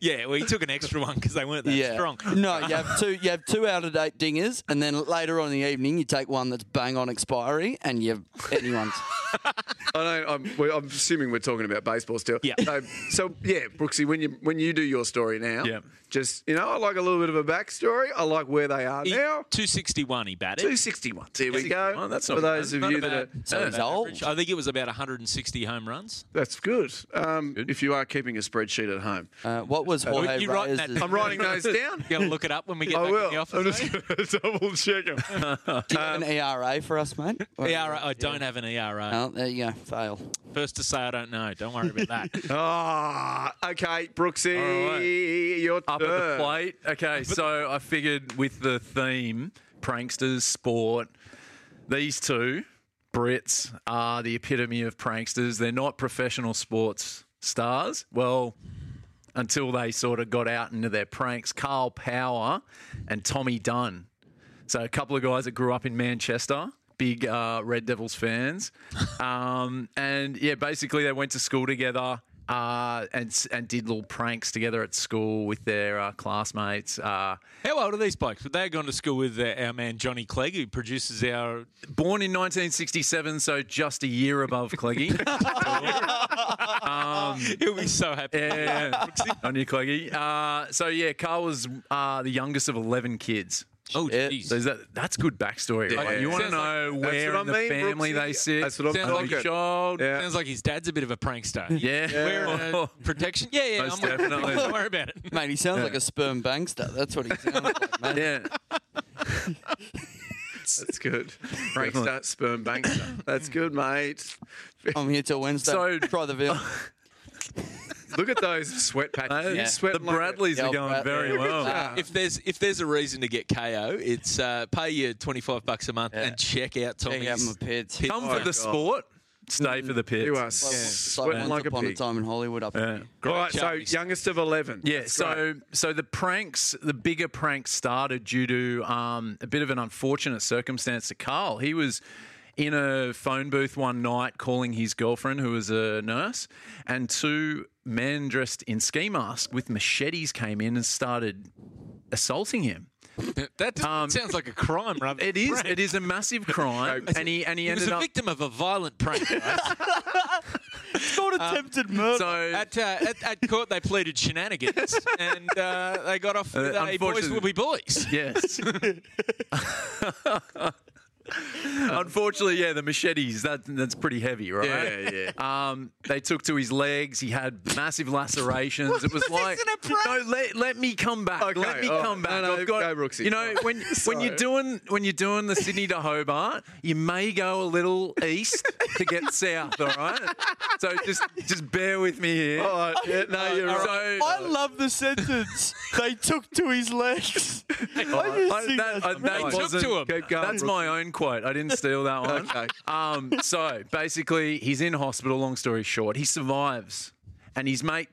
Speaker 4: yeah, well, he took an extra one because they weren't that
Speaker 6: yeah.
Speaker 4: strong.
Speaker 6: No, you have two. You have two out of date dingers, and then later on in the evening, you take one that's bang on expiry, and you have anyone's.
Speaker 3: I know. I'm, I'm, assuming we're talking about baseball still.
Speaker 4: Yeah.
Speaker 3: So, so, yeah, Brooksy, when you when you do your story now,
Speaker 5: yeah.
Speaker 3: just you know, I like a little bit of a backstory. I like where they are
Speaker 5: E
Speaker 4: he,
Speaker 3: now.
Speaker 4: Two sixty one, he batted.
Speaker 3: Two sixty one. There we go.
Speaker 5: Oh, that's
Speaker 3: for those
Speaker 5: bad.
Speaker 3: of you that are
Speaker 6: so he's old.
Speaker 4: Average. I think it was about one hundred and sixty home runs.
Speaker 3: That's good. Um, good. If you are keeping a spreadsheet at home,
Speaker 6: uh, what was Jorge uh,
Speaker 3: you
Speaker 6: writing
Speaker 3: that, I'm writing those down.
Speaker 4: You're gonna look it up when we get I back will. in the office. I'm
Speaker 5: eh?
Speaker 3: just gonna double check them.
Speaker 6: do you have an ERA for us, mate?
Speaker 4: Or ERA. I don't yeah. have an ERA.
Speaker 6: Oh, there you go. Fail.
Speaker 4: First to say I don't know. Don't worry about that.
Speaker 3: Ah, oh, okay, Brooksy, right. your
Speaker 5: up
Speaker 3: turn.
Speaker 5: at the plate. Okay, so I figured with the theme pranksters, sport, these two Brits are the epitome of pranksters. They're not professional sports stars. Well. Until they sort of got out into their pranks, Carl Power and Tommy Dunn. So, a couple of guys that grew up in Manchester big uh, Red Devils fans. Um, and yeah, basically they went to school together. Uh, and s- and did little pranks together at school with their uh, classmates. Uh,
Speaker 4: How old are these blokes? They've gone to school with uh, our man Johnny Clegg, who produces our.
Speaker 5: born in 1967, so just a year above Cleggy.
Speaker 4: He'll be so happy.
Speaker 5: yeah, I knew Cleggy. Uh, so yeah, Carl was uh, the youngest of 11 kids.
Speaker 4: Oh,
Speaker 6: Yeah.
Speaker 4: jeez.
Speaker 5: So is that, that's good backstory. right?
Speaker 3: Yeah.
Speaker 5: You want to
Speaker 4: Sounds
Speaker 5: know
Speaker 3: like- That's
Speaker 5: where
Speaker 3: what
Speaker 5: in
Speaker 3: I
Speaker 5: the
Speaker 3: mean,
Speaker 5: family
Speaker 3: Brooksy.
Speaker 5: they sit.
Speaker 3: That's what I'm
Speaker 5: Sounds like a
Speaker 3: talking.
Speaker 5: child.
Speaker 3: Yeah.
Speaker 4: Sounds like his dad's a bit of a prankster.
Speaker 5: Yeah.
Speaker 4: Wearing a protection. Yeah, yeah.
Speaker 5: Most
Speaker 4: I'm with you.
Speaker 5: definitely.
Speaker 4: Don't worry about it.
Speaker 6: Mate, he sounds like a sperm bankster. That's what he sounds like, man.
Speaker 5: yeah.
Speaker 3: That's good. Prankster, sperm bankster. That's good, mate.
Speaker 6: I'm here till Wednesday.
Speaker 5: So-
Speaker 6: Try the veal.
Speaker 3: Look at those sweat patches.
Speaker 5: Uh,
Speaker 3: You sweat
Speaker 5: The
Speaker 3: like a-
Speaker 5: Bradleys
Speaker 6: Yeah,
Speaker 5: are going
Speaker 6: Bradley.
Speaker 5: very well.
Speaker 4: If there's if there's a reason to get KO, it's uh, pay your twenty five bucks a month
Speaker 6: Yeah.
Speaker 4: and check out Tommy's.
Speaker 6: Check out my pits.
Speaker 4: pit-
Speaker 5: Come
Speaker 4: Oh,
Speaker 5: for the sport, stay for the pits.
Speaker 3: You are
Speaker 6: It's like
Speaker 3: sweating
Speaker 6: once
Speaker 3: like a
Speaker 6: upon a,
Speaker 3: pig.
Speaker 6: time in Hollywood up
Speaker 5: Yeah.
Speaker 6: here.
Speaker 3: All right, so
Speaker 4: Charlie's-
Speaker 3: youngest of 11.
Speaker 5: Yeah,
Speaker 3: That's
Speaker 5: so
Speaker 3: great.
Speaker 5: so the pranks, the bigger pranks started due to um, a bit of an unfortunate circumstance to Carl. He was in a phone booth one night calling his girlfriend, who was a nurse, and two men dressed in ski masks with machetes came in and started assaulting him.
Speaker 4: That just sounds like a crime, rather than
Speaker 5: Um, It is
Speaker 4: prank.
Speaker 5: it is a massive crime, and he and he,
Speaker 4: He was
Speaker 5: ended
Speaker 4: a
Speaker 5: up
Speaker 4: victim of a violent prank. guys.
Speaker 5: so
Speaker 4: at, uh, at at court, they pleaded shenanigans, and uh, they got off. With,
Speaker 5: Uh,
Speaker 4: uh, boys will be boys.
Speaker 5: Yes. Unfortunately, yeah, the machetes, that, that's pretty heavy, right?
Speaker 3: Yeah,
Speaker 5: Um, they took to his legs. He had massive lacerations. it was like, no, let, let me come back.
Speaker 3: Okay,
Speaker 5: let me
Speaker 3: all right.
Speaker 5: come
Speaker 3: No,
Speaker 5: back.
Speaker 3: no,
Speaker 5: I've got,
Speaker 3: go, Brooksy.
Speaker 5: You know, when when you're doing when you're doing the Sydney to Hobart, you may go a little east to get south. All right, so just just bear with me here.
Speaker 3: All right, yeah, no, you're right.
Speaker 5: So-
Speaker 6: I love the sentence. they took to his legs. I just
Speaker 5: I-
Speaker 6: think
Speaker 5: that,
Speaker 6: that's
Speaker 5: I- that
Speaker 6: amazing.
Speaker 4: took
Speaker 5: wasn't-
Speaker 4: to him.
Speaker 3: Keep going,
Speaker 5: That's my own quote. I didn't steal that one.
Speaker 3: Okay.
Speaker 5: Um, so basically, he's in hospital. Long story short, he survives. And his mate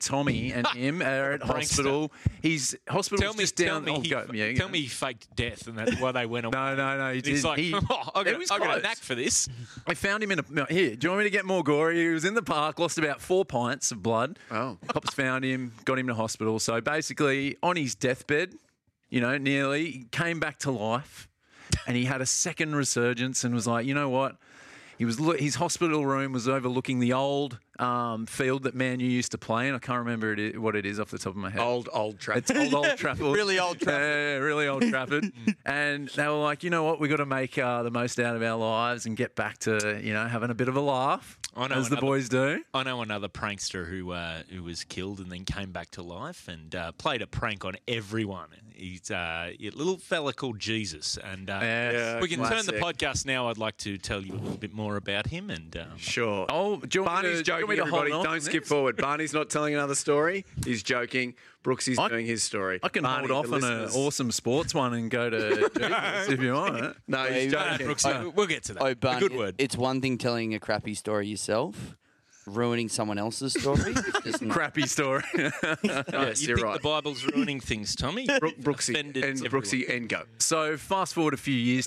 Speaker 5: Tommy and him are at hospital. He's hospital
Speaker 4: Tell me,
Speaker 5: just
Speaker 4: tell
Speaker 5: down.
Speaker 4: me,
Speaker 5: oh,
Speaker 4: he,
Speaker 5: go- yeah, yeah.
Speaker 4: tell me, he faked death, and that's why they went away.
Speaker 5: No, no, no. He
Speaker 4: And He's
Speaker 5: did.
Speaker 4: like,
Speaker 5: he,
Speaker 4: oh, I
Speaker 5: it was
Speaker 4: got, I got a
Speaker 5: close.
Speaker 4: knack for this.
Speaker 5: I found him in a. no, Here, do you want me to get more gory? He was in the park, lost about four pints of blood.
Speaker 3: Oh.
Speaker 5: Cops found him, got him to hospital. So basically, on his deathbed, you know, nearly, he came back to life and he had a second resurgence and was like, you know what? He was lo- his hospital room was overlooking the old um, field that Man U used to play in. I can't remember it, i- what it is off the top of my head.
Speaker 3: Old, old trap.
Speaker 5: It's old, old Trafford.
Speaker 6: really old Trafford.
Speaker 5: Yeah, yeah, yeah, really old Trafford. and they were like, you know what, we've got to make uh, the most out of our lives and get back to, you know, having a bit of a laugh,
Speaker 4: I know
Speaker 5: as the
Speaker 4: another-
Speaker 5: boys do.
Speaker 4: I know another prankster who uh, who was killed and then came back to life and uh, played a prank on everyone. He's uh, a little fella called Jesus, and uh,
Speaker 5: Yes. Yeah,
Speaker 4: we can turn the
Speaker 3: classic.
Speaker 4: podcast now. I'd like to tell you a little bit more about him, and um,
Speaker 3: Sure.
Speaker 5: Oh, do you want me
Speaker 3: Barney's
Speaker 5: to- do you want
Speaker 3: joking,
Speaker 5: me to hold
Speaker 3: everybody.
Speaker 5: on to
Speaker 3: Don't skip
Speaker 5: this?
Speaker 3: forward. Barney's not telling another story. He's joking. Brooksy's
Speaker 5: I-
Speaker 3: doing his story.
Speaker 5: I can
Speaker 3: Barney,
Speaker 5: hold
Speaker 3: the
Speaker 5: off on an
Speaker 3: listeners-
Speaker 5: awesome sports one and go to Jesus if you want.
Speaker 3: No, he's
Speaker 6: Wait,
Speaker 3: joking.
Speaker 4: Brooks, uh, we'll get to that.
Speaker 6: Oh, Barney,
Speaker 4: a good word.
Speaker 6: It's one thing telling a crappy story yourself, ruining someone else's story. It's not-
Speaker 5: Crappy story.
Speaker 3: yes,
Speaker 5: uh,
Speaker 4: you
Speaker 3: you're
Speaker 4: think
Speaker 3: right.
Speaker 4: the Bible's ruining things, Tommy?
Speaker 3: Brook- Brooksy and
Speaker 4: Offended everyone.
Speaker 3: Brooksy and go.
Speaker 5: so fast forward a few years,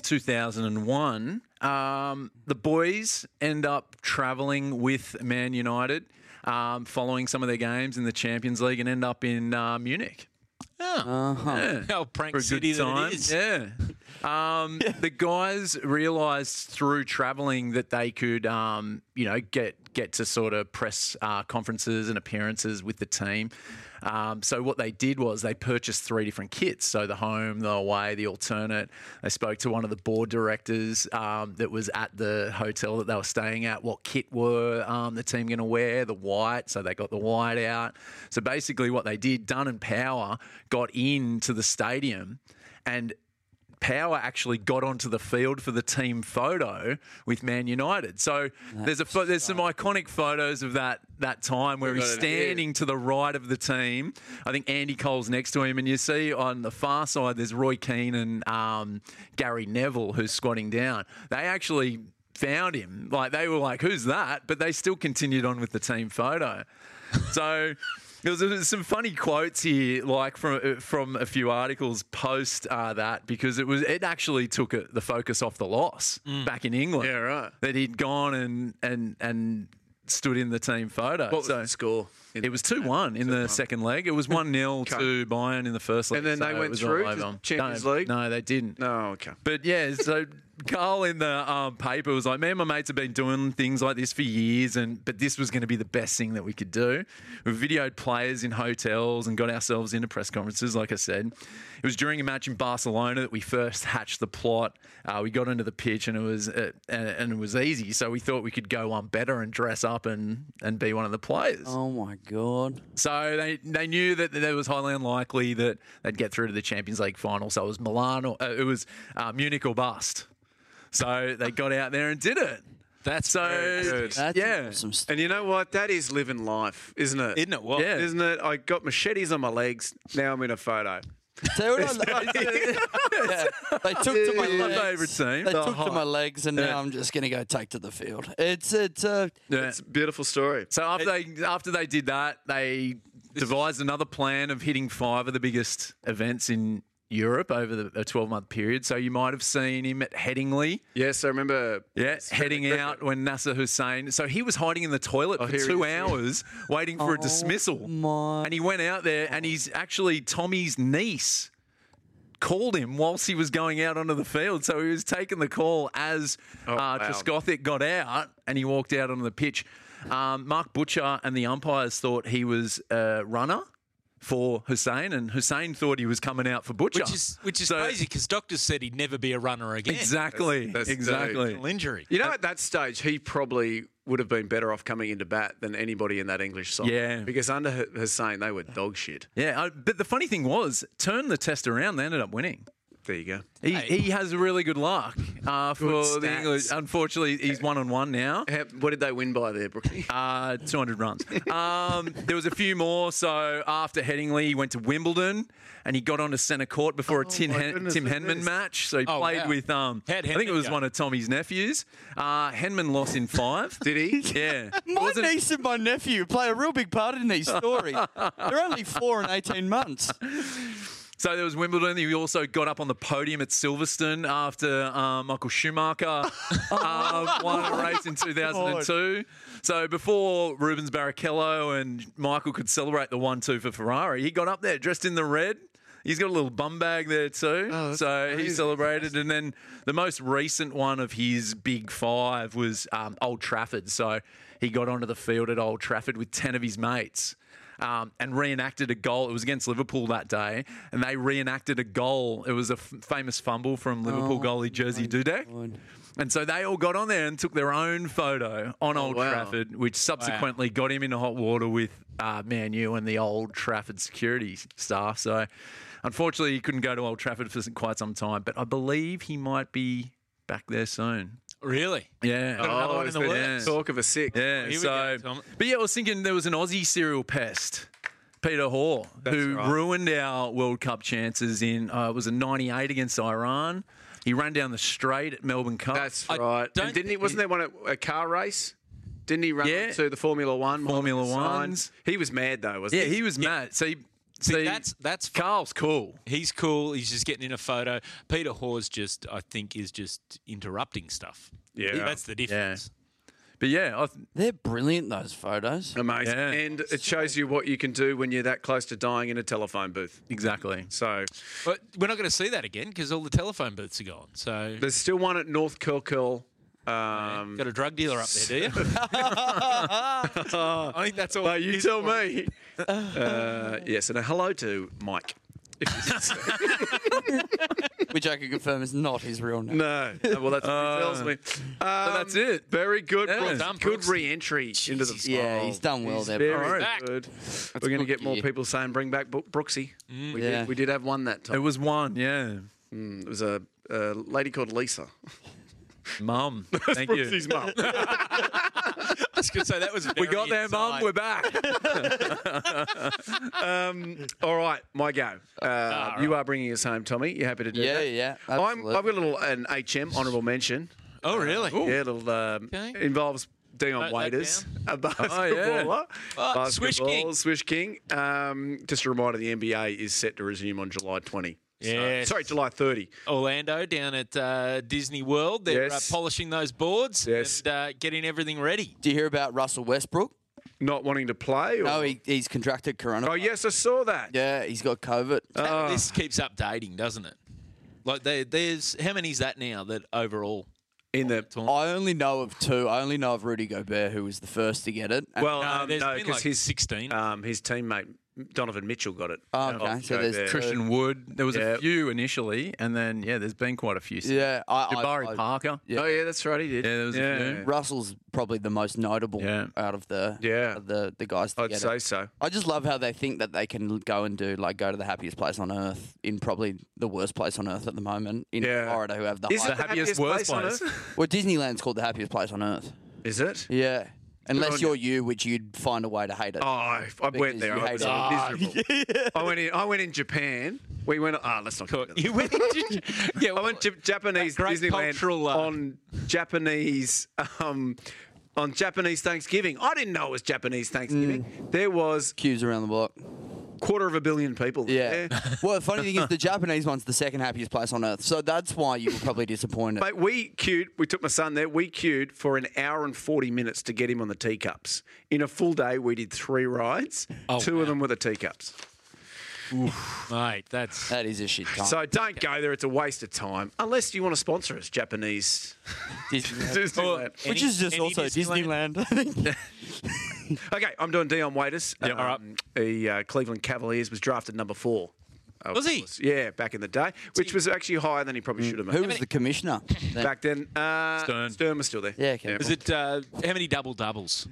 Speaker 5: 2001, um, the boys end up traveling with Man United, um, following some of their games in the Champions League and end up in uh, Munich.
Speaker 4: How prank city that it is.
Speaker 5: Yeah. Um, The guys realised through travelling that they could, um, you know, get get to sort of press uh, conferences and appearances with the team. Um, so what they did was they purchased three different kits: so the home, the away, the alternate. They spoke to one of the board directors um, that was at the hotel that they were staying at. What kit were um, the team going to wear? The white. So they got the white out. So basically, what they did, Dunn and Power got into the stadium and Power actually got onto the field for the team photo with Man United. So there's a pho- there's some iconic photos of that that time where he's
Speaker 3: got it here.
Speaker 5: standing to the right of the team. I think Andy Cole's next to him, and you see on the far side there's Roy Keane and um, Gary Neville who's squatting down. They actually found him. Like they were like, "Who's that?" But they still continued on with the team photo. So There was uh, some funny quotes here, like from uh, from a few articles post uh, that, because it was it actually took it the focus off the loss back in England.
Speaker 3: Mm. Yeah, right.
Speaker 5: That he'd gone and and and stood in the team photo.
Speaker 3: What was
Speaker 5: So
Speaker 3: the score?
Speaker 5: It was two one in the second leg. It was one 0 to Bayern in the first leg,
Speaker 3: And then
Speaker 5: so
Speaker 3: they
Speaker 5: it
Speaker 3: went
Speaker 5: was all
Speaker 3: through to
Speaker 5: over.
Speaker 3: Champions
Speaker 5: no,
Speaker 3: League?
Speaker 5: No, they didn't.
Speaker 3: Oh, okay.
Speaker 5: But yeah, so Carl in the um, paper was like, "Me and my mates have been doing things like this for years, and but this was going to be the best thing that we could do. We videoed players in hotels and got ourselves into press conferences. Like I said, it was during a match in Barcelona that we first hatched the plot. Uh, we got into the pitch, and it was uh, and, and it was easy. So we thought we could go one better and dress up and and be one of the players.
Speaker 6: Oh my god.
Speaker 5: So they, they knew that it was highly unlikely that they'd get through to the Champions League final. So it was Milan or uh, it was uh, Munich or bust. So they got out there and did it. That's so
Speaker 6: That's
Speaker 5: yeah.
Speaker 6: Some st-
Speaker 3: And you know what? That is living life, isn't it?
Speaker 4: Isn't it? Well,
Speaker 5: Yeah.
Speaker 3: Isn't it? I got machetes on my legs. Now I'm in a photo.
Speaker 6: Tell you what I love- Yeah, They took to my
Speaker 5: It's my
Speaker 6: legs.
Speaker 5: favourite team.
Speaker 6: They
Speaker 5: The
Speaker 6: took to my
Speaker 5: hype.
Speaker 6: legs, and now I'm just going to go take to the field. It's it's uh,
Speaker 5: Yeah.
Speaker 3: It's a beautiful story.
Speaker 5: So after they after they did that, they devised another plan of hitting five of the biggest events in Europe over the, a 12 month period. So you might have seen him at Headingley.
Speaker 3: Yes, I remember.
Speaker 5: Yeah, heading out when Nasser Hussein. So he was hiding in the toilet for
Speaker 3: here he
Speaker 5: two
Speaker 3: is, yeah.
Speaker 5: hours waiting for a dismissal.
Speaker 6: my-
Speaker 5: And he went out there, and he's actually Tommy's niece called him whilst he was going out onto the field. So he was taking the call as uh,
Speaker 3: wow.
Speaker 5: Trescothick got out, and he walked out onto the pitch. Um, Mark Butcher and the umpires thought he was a runner. For Hussein, and Hussein thought he was coming out for Butcher,
Speaker 4: Which is which is
Speaker 5: So-
Speaker 4: crazy because doctors said he'd never be a runner again.
Speaker 5: Exactly,
Speaker 3: That's- that's
Speaker 5: exactly.
Speaker 4: An injury.
Speaker 3: You know, at that stage, he probably would have been better off coming into bat than anybody in that English side.
Speaker 5: Yeah.
Speaker 3: Because under H- Hussein, they were dog shit.
Speaker 5: Yeah, I, but the funny thing was, turn the test around, they ended up winning.
Speaker 3: There you go.
Speaker 5: He, he has really good luck uh, for
Speaker 3: Good
Speaker 5: the
Speaker 3: stats.
Speaker 5: English. Unfortunately, he's one on one now.
Speaker 3: How, what did they win by there, Brookie?
Speaker 5: Uh, 200 runs. Um, there was a few more. So after Headingley, he went to Wimbledon and he got onto centre court before a Tim,
Speaker 3: Oh my
Speaker 5: Hen-
Speaker 3: goodness,
Speaker 5: Tim
Speaker 3: look at
Speaker 5: Henman
Speaker 3: this.
Speaker 5: match. So he
Speaker 4: Oh,
Speaker 5: played
Speaker 4: wow.
Speaker 5: with, um, I
Speaker 4: How'd
Speaker 5: think it
Speaker 4: Henman
Speaker 5: was
Speaker 4: go?
Speaker 5: one of Tommy's nephews. Uh, Henman lost in five.
Speaker 3: Did he?
Speaker 5: yeah.
Speaker 6: my
Speaker 5: Wasn't-
Speaker 6: niece and my nephew play a real big part in these stories. They're only four and eighteen months.
Speaker 5: So there was Wimbledon. He also got up on the podium at Silverstone after uh, Michael Schumacher uh, won a race in 2002. So before Rubens Barrichello and Michael could celebrate the one-two for Ferrari, he got up there dressed in the red. He's got a little bum bag there too. so he celebrated. And then the most recent one of his big five was um, Old Trafford. So he got onto the field at Old Trafford with 10 of his mates um, and reenacted a goal. It was against Liverpool that day, and they reenacted a goal. It was a f- famous fumble from
Speaker 3: Oh,
Speaker 5: Liverpool goalie Jersey Dudek. And so they all got on there and took their own photo on Old
Speaker 3: Oh, wow.
Speaker 5: Trafford, which subsequently got him into hot water with uh, Man U and the Old Trafford security staff. So unfortunately, he couldn't go to Old Trafford for quite some time, but I believe he might be back there soon.
Speaker 4: Really?
Speaker 5: Yeah.
Speaker 4: another one in the
Speaker 3: there's Oh, been
Speaker 5: works.
Speaker 3: Talk of a six.
Speaker 5: Yeah.
Speaker 4: Here we
Speaker 5: so,
Speaker 4: go, Tom.
Speaker 5: but yeah, I was thinking there was an Aussie serial pest, Peter Hoare, who ruined our World Cup chances in uh, it was a '98 against Iran. He ran down the straight at Melbourne Cup.
Speaker 3: That's
Speaker 4: I
Speaker 3: right.
Speaker 4: don't
Speaker 3: And didn't he?
Speaker 4: think
Speaker 3: Wasn't
Speaker 4: he-
Speaker 3: there one at a car race? Didn't he run
Speaker 5: Yeah.
Speaker 3: to the Formula One?
Speaker 5: Formula
Speaker 3: Mohamed Hussain?
Speaker 5: Ones.
Speaker 3: He was mad though, wasn't
Speaker 5: yeah,
Speaker 3: he?
Speaker 5: he was mad. So, he, so he-
Speaker 4: that's- that's fun.
Speaker 5: Carl's cool.
Speaker 4: He's cool. He's just getting in a photo. Peter Hawes just, I think, is just interrupting stuff.
Speaker 3: Yeah.
Speaker 4: that's the difference.
Speaker 5: But yeah, I th-
Speaker 6: They're brilliant. Those photos.
Speaker 3: Amazing.
Speaker 5: Yeah.
Speaker 3: And it shows you what you can do when you're that close to dying in a telephone booth.
Speaker 5: exactly.
Speaker 3: So
Speaker 4: But we're not going to see that again because all the telephone booths are gone. So
Speaker 3: there's still one at North Curl Um,
Speaker 4: got a drug dealer up there, do you? I think that's all.
Speaker 3: no, you tell me. uh, yes, and a hello to Mike.
Speaker 6: Which I can confirm is not his real name.
Speaker 3: No, no, well that's what he tells me. Um,
Speaker 5: that's it.
Speaker 3: Very good,
Speaker 5: Uh, Yeah.
Speaker 3: Brooks.
Speaker 4: Done,
Speaker 3: good
Speaker 4: Brooks.
Speaker 3: re-entry into the Oh.
Speaker 6: Yeah, he's done well there.
Speaker 3: Very
Speaker 6: bro.
Speaker 5: back.
Speaker 3: good. We're going to get more
Speaker 6: Brookie.
Speaker 3: people saying bring back Bro- Brooksy. we,
Speaker 6: Yeah.
Speaker 3: did, we did have one that
Speaker 5: It
Speaker 3: time.
Speaker 5: was one. Yeah,
Speaker 3: It was a, a lady called Lisa.
Speaker 5: mum. Thank you.
Speaker 3: Brooksy's mum.
Speaker 4: I was going to say that was.
Speaker 5: We got there, mum. We're back.
Speaker 3: All right, my go. Uh, You are bringing us home, Tommy. You happy to do
Speaker 6: Yeah,
Speaker 3: that?
Speaker 6: yeah,
Speaker 3: I'm,
Speaker 6: absolutely.
Speaker 3: I've got a little an HM honourable mention.
Speaker 4: Oh, really?
Speaker 3: Yeah, it'll um,
Speaker 4: Okay.
Speaker 3: involves Dion
Speaker 4: Note that
Speaker 3: Waiters, a
Speaker 5: Oh, yeah.
Speaker 3: basketballer.
Speaker 4: Ah, Swish
Speaker 3: Basketball,
Speaker 4: King.
Speaker 3: Swish King. Um, just a reminder, the NBA is set to resume on July 20. So-
Speaker 4: Yes.
Speaker 3: sorry, July 30.
Speaker 4: Orlando down at uh, Disney World. They're
Speaker 3: Yes.
Speaker 4: uh, polishing those boards
Speaker 3: Yes.
Speaker 4: and uh, getting everything ready.
Speaker 6: Do you hear about Russell Westbrook?
Speaker 3: Not wanting to play? Or,
Speaker 6: No, he, he's contracted corona.
Speaker 3: oh, yes, I saw that.
Speaker 6: Yeah, he's got COVID.
Speaker 3: Ah.
Speaker 4: This keeps updating, doesn't it? Like there, there's how many's that now that overall?
Speaker 3: In the
Speaker 6: I only know of two. I only know of Rudy Gobert, who was the first to get it. And-
Speaker 3: well,
Speaker 4: No,
Speaker 3: um,
Speaker 4: there's
Speaker 3: no,
Speaker 4: been
Speaker 3: because
Speaker 4: like
Speaker 3: his
Speaker 4: 16.
Speaker 3: um, his teammate Donovan Mitchell got it.
Speaker 6: Oh, okay,
Speaker 3: Off
Speaker 6: so
Speaker 3: Gobert.
Speaker 6: there's Chris-
Speaker 5: Christian Wood. There was
Speaker 3: Yeah.
Speaker 5: a few initially, and then yeah, there's been quite a few. since.
Speaker 6: yeah, I, I-
Speaker 5: Jabari
Speaker 6: I-
Speaker 5: Parker.
Speaker 6: Yeah.
Speaker 3: Oh yeah, that's right. He did.
Speaker 5: Yeah, there was a few.
Speaker 6: Russell's probably the most notable
Speaker 5: Yeah.
Speaker 6: out of the
Speaker 3: Yeah.
Speaker 6: of the the guys. To
Speaker 3: I'd
Speaker 6: get
Speaker 3: say
Speaker 6: it.
Speaker 3: so.
Speaker 6: I just love how they think that they can go and do like go to the happiest place on earth in probably the worst place on earth at the moment in
Speaker 3: Yeah.
Speaker 6: Florida, who have the,
Speaker 3: Is it
Speaker 6: highest-
Speaker 3: the happiest,
Speaker 5: happiest
Speaker 3: place, on
Speaker 5: workplace.
Speaker 3: earth?
Speaker 6: well Disneyland's called the happiest place on earth.
Speaker 3: Is it?
Speaker 6: Yeah, unless
Speaker 3: on
Speaker 6: you're you, which you'd find a way to hate it.
Speaker 3: Oh, I, I
Speaker 6: Because
Speaker 3: went there.
Speaker 6: you
Speaker 3: I
Speaker 6: hate
Speaker 3: was
Speaker 6: it.
Speaker 3: miserable.
Speaker 4: Ah,
Speaker 3: I went in. I went in Japan. We went. Ah, let's not. Talk
Speaker 4: You went into- yeah,
Speaker 3: I went to Japanese
Speaker 4: great
Speaker 3: Disneyland
Speaker 4: cultural, uh,
Speaker 3: on Japanese um, on Japanese Thanksgiving. I didn't know it was Japanese Thanksgiving.
Speaker 6: Mm.
Speaker 3: There was
Speaker 6: Queues around the block.
Speaker 3: quarter of a billion people.
Speaker 6: Yeah.
Speaker 3: there.
Speaker 6: well, the funny thing is, the Japanese one's the second happiest place on earth, so that's why you were probably disappointed.
Speaker 3: Mate, we queued. We took my son there. We queued for an hour and forty minutes to get him on the teacups. In a full day, we did three rides.
Speaker 6: Oh,
Speaker 3: Two of them were the teacups.
Speaker 4: mate. That's
Speaker 6: that is a shit time.
Speaker 3: So don't go there. It's a waste of time. Unless you want to sponsor us, Japanese.
Speaker 6: Disneyland.
Speaker 3: Disneyland.
Speaker 6: Which is just
Speaker 4: any
Speaker 6: also Disneyland.
Speaker 4: Disneyland?
Speaker 6: I think.
Speaker 3: Okay, I'm doing Dion Waiters. Yeah,
Speaker 4: all right.
Speaker 3: The uh, Cleveland Cavaliers was drafted number four. Uh,
Speaker 4: Was he? Mm.
Speaker 3: Yeah, back in the day, which was actually higher than he probably should have been.
Speaker 6: Who was the commissioner? then?
Speaker 3: back then? Uh,
Speaker 5: Stern.
Speaker 3: was still there.
Speaker 6: Yeah, okay.
Speaker 4: is it? Uh, how many double doubles?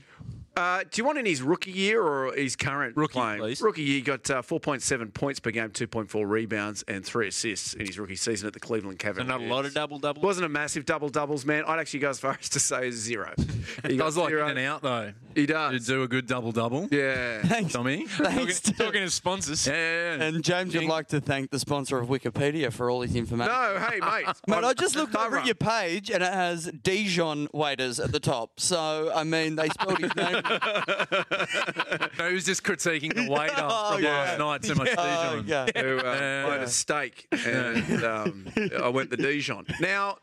Speaker 3: Uh, do you want in his rookie year or his current
Speaker 4: Rookie,
Speaker 3: playing?
Speaker 4: please.
Speaker 3: Rookie year he got uh, 4.7 points per game, 2.4 rebounds, and three assists in his rookie season at the Cleveland Cavaliers.
Speaker 4: Not a lot of double doubles.
Speaker 3: Wasn't a massive double doubles, man. I'd actually go as far as to say zero. He
Speaker 5: He
Speaker 3: got
Speaker 5: does like
Speaker 3: zero.
Speaker 5: in and out though.
Speaker 3: He
Speaker 5: To
Speaker 3: does.
Speaker 5: do a good double double.
Speaker 3: Yeah.
Speaker 6: Thanks.
Speaker 5: Tommy.
Speaker 6: Thanks. to-
Speaker 4: Talking to sponsors.
Speaker 5: Yeah, yeah, yeah.
Speaker 6: and James would like to thank the sponsor of Wikipedia for all his information.
Speaker 3: No, hey, mate.
Speaker 6: Mate,
Speaker 3: I'm
Speaker 6: I just looked over
Speaker 3: thorough.
Speaker 6: at your page and it has Dijon waiters at the top. So, I mean, they spelled his name.
Speaker 5: No, he was just critiquing the waiter
Speaker 6: Oh,
Speaker 5: from
Speaker 6: yeah.
Speaker 5: last night so much.
Speaker 6: Oh,
Speaker 5: Dijon.
Speaker 6: yeah.
Speaker 3: who uh,
Speaker 5: Yeah.
Speaker 3: I had a steak and um, I went the Dijon. Now,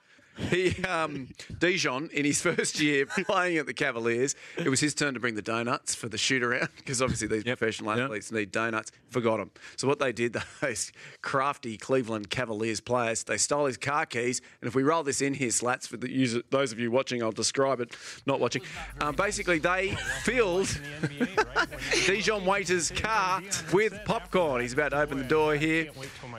Speaker 3: he um, Dijon in his first year playing at the Cavaliers, it was his turn to bring the donuts for the shoot around because obviously these professional
Speaker 5: Yep.
Speaker 3: athletes need donuts. Forgot them. So what they did, those crafty Cleveland Cavaliers players, they stole his car keys. And if we roll this in here, slats for the user, those of you watching, I'll describe it. Not watching. Um, basically, they filled. Dijon Waiter's car with popcorn. He's about to open the door here,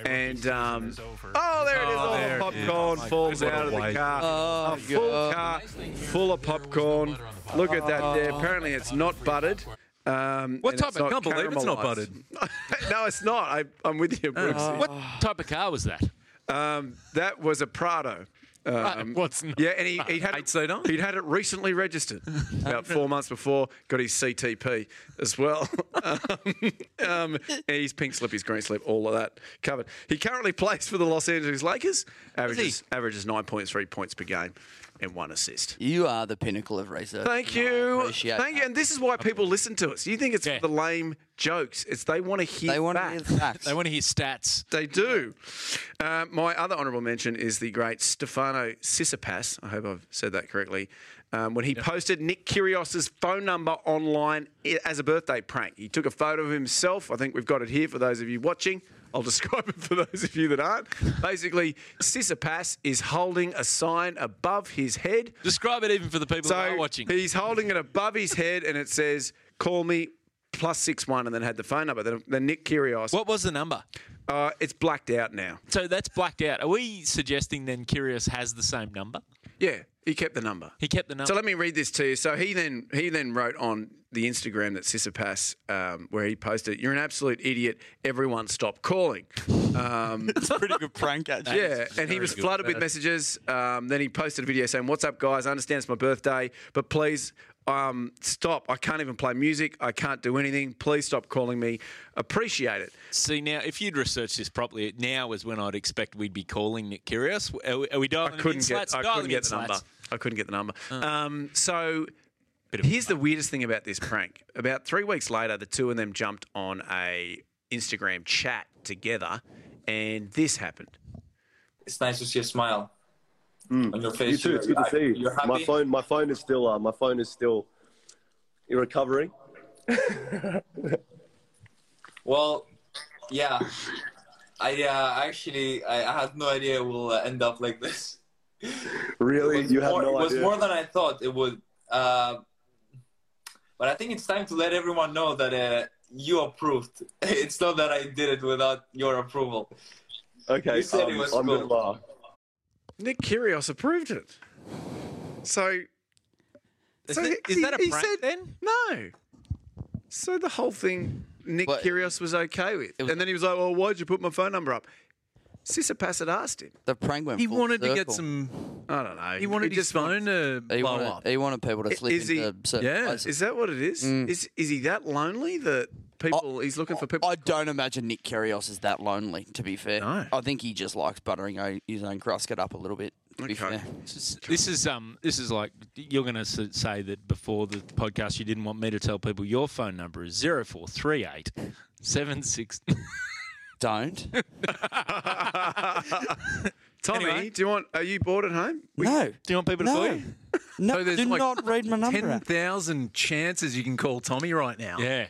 Speaker 3: and um, oh, there it is! All the popcorn
Speaker 5: Oh
Speaker 3: falls out of the car. A full car full of popcorn. Look at that there. Apparently, it's not buttered. Um,
Speaker 5: What
Speaker 3: and
Speaker 5: type
Speaker 3: it's
Speaker 5: of-
Speaker 3: not
Speaker 5: can't believe it's not
Speaker 3: caramelised.
Speaker 5: buttered. Oh.
Speaker 3: no, it's not. I, I'm with you, Brooks.
Speaker 4: What type of car was that?
Speaker 3: Um, that was a Prado. Um,
Speaker 4: what's not-
Speaker 3: yeah, and he, he had
Speaker 5: Eight seater?
Speaker 3: He'd had it recently registered about four months before. Got his CTP as well. um, and his pink slip, his green slip, all of that covered. He currently plays for the Los Angeles Lakers. Averages averages nine point three points per game and one assist.
Speaker 6: You are the pinnacle of research.
Speaker 3: Thank
Speaker 6: and I
Speaker 3: you,
Speaker 6: appreciate
Speaker 3: thank you.
Speaker 6: that.
Speaker 3: And this is why people listen to us. You think it's
Speaker 4: Yeah.
Speaker 3: the lame jokes? It's they want to hear.
Speaker 6: They want to
Speaker 3: facts.
Speaker 6: hear the facts.
Speaker 4: They want to hear stats.
Speaker 3: They do. Uh, my other honourable mention is the great Stefano Sissipas. I hope I've said that correctly. Um, when he posted Nick Kyrgios's phone number online i- as a birthday prank, he took a photo of himself. I think we've got it here for those of you watching. I'll describe it for those of you that aren't. Basically, Sissipas is holding a sign above his head.
Speaker 4: Describe it even for the people
Speaker 3: So
Speaker 4: that are watching.
Speaker 3: he's holding it above his head, and it says, "Call me." Plus six one, and then had the phone number. Then, then Nick Kyrgios.
Speaker 4: what was the number?
Speaker 3: Uh, it's blacked out now.
Speaker 4: So that's blacked out. Are we suggesting then Curious has the same number?
Speaker 3: Yeah, he kept the number.
Speaker 4: He kept the number.
Speaker 3: So let me read this to you. So he then he then wrote on the Instagram that Sissipas, um, where he posted, "You're an absolute idiot. Everyone stop calling."
Speaker 6: It's a pretty good prank, actually.
Speaker 3: Yeah, and he was flooded with messages. Um, then he posted a video saying, "What's up, guys? I understand it's my birthday, but please." Um, stop. I can't even play music. I can't do anything. Please stop calling me. Appreciate it.
Speaker 4: See now, if you'd researched this properly, now is when I'd expect we'd be calling Nick Curious. Are we, are we dialing
Speaker 3: I
Speaker 4: him in,
Speaker 3: couldn't get.
Speaker 4: Slats?
Speaker 3: I
Speaker 4: Dial
Speaker 3: couldn't
Speaker 4: him
Speaker 3: get
Speaker 4: in,
Speaker 3: the number.
Speaker 4: Slats.
Speaker 3: I couldn't get the number. Um, so
Speaker 4: Uh. Bit of
Speaker 3: Here's the weirdest thing about this prank. About three weeks later, the two of them jumped on a Instagram chat together, and this happened.
Speaker 11: It's nice to see a smile on your face.
Speaker 12: You too. It's good to
Speaker 11: You're-
Speaker 12: see you.
Speaker 11: You're happy.
Speaker 12: My phone, my phone is still, uh, my phone is still recovering.
Speaker 11: Well, yeah. I uh, actually I, I had no idea it will uh, end up like this.
Speaker 12: Really, you have
Speaker 11: More-
Speaker 12: no
Speaker 11: it was
Speaker 12: idea.
Speaker 11: more than I thought it would. Uh, but I think it's time to let everyone know that uh, you approved. It's not that I did it without your approval.
Speaker 12: Okay,
Speaker 11: you said
Speaker 12: um,
Speaker 11: it was
Speaker 12: I'm
Speaker 11: cool.
Speaker 12: gonna laugh.
Speaker 3: Nick Kyrgios approved it. So,
Speaker 4: Is,
Speaker 3: so
Speaker 4: that-
Speaker 3: he-
Speaker 4: is that a
Speaker 3: he
Speaker 4: prank then?
Speaker 3: No. So the whole thing, Nick
Speaker 6: But-
Speaker 3: Kyrgios was okay with, and then he was like, "Well, why'd you put my phone number up?" Sissipas had asked him.
Speaker 6: The prank went
Speaker 5: He
Speaker 6: full
Speaker 5: wanted to get
Speaker 6: circle.
Speaker 5: some.
Speaker 3: I don't know.
Speaker 5: He wanted his
Speaker 3: just
Speaker 5: phone to
Speaker 6: He
Speaker 5: blow
Speaker 6: wanted,
Speaker 5: up.
Speaker 6: he wanted people to slip
Speaker 3: is he-
Speaker 6: into certain
Speaker 5: Yeah,
Speaker 6: places. Mm.
Speaker 3: Is that what it is? Is is he that lonely that people he's looking for people?
Speaker 6: I don't imagine Nick Kyrgios is that lonely. To be fair,
Speaker 3: No.
Speaker 6: I think he just likes buttering o- his own crust it up a little bit. To be
Speaker 3: Okay.
Speaker 6: fair,
Speaker 4: This is, this is um this is like you're going to say that before the podcast you didn't want me to tell people your phone number is 0438 76
Speaker 6: don't.
Speaker 3: Tommy,
Speaker 4: Anyway.
Speaker 3: do you want? Are you bored at home? We-
Speaker 6: no,
Speaker 4: Do you want people to call
Speaker 6: no,
Speaker 4: you?
Speaker 6: no.
Speaker 5: So there's
Speaker 6: do
Speaker 5: like
Speaker 6: not read my number.
Speaker 5: Ten
Speaker 6: out.
Speaker 5: thousand chances you can call Tommy right now.
Speaker 4: Yeah.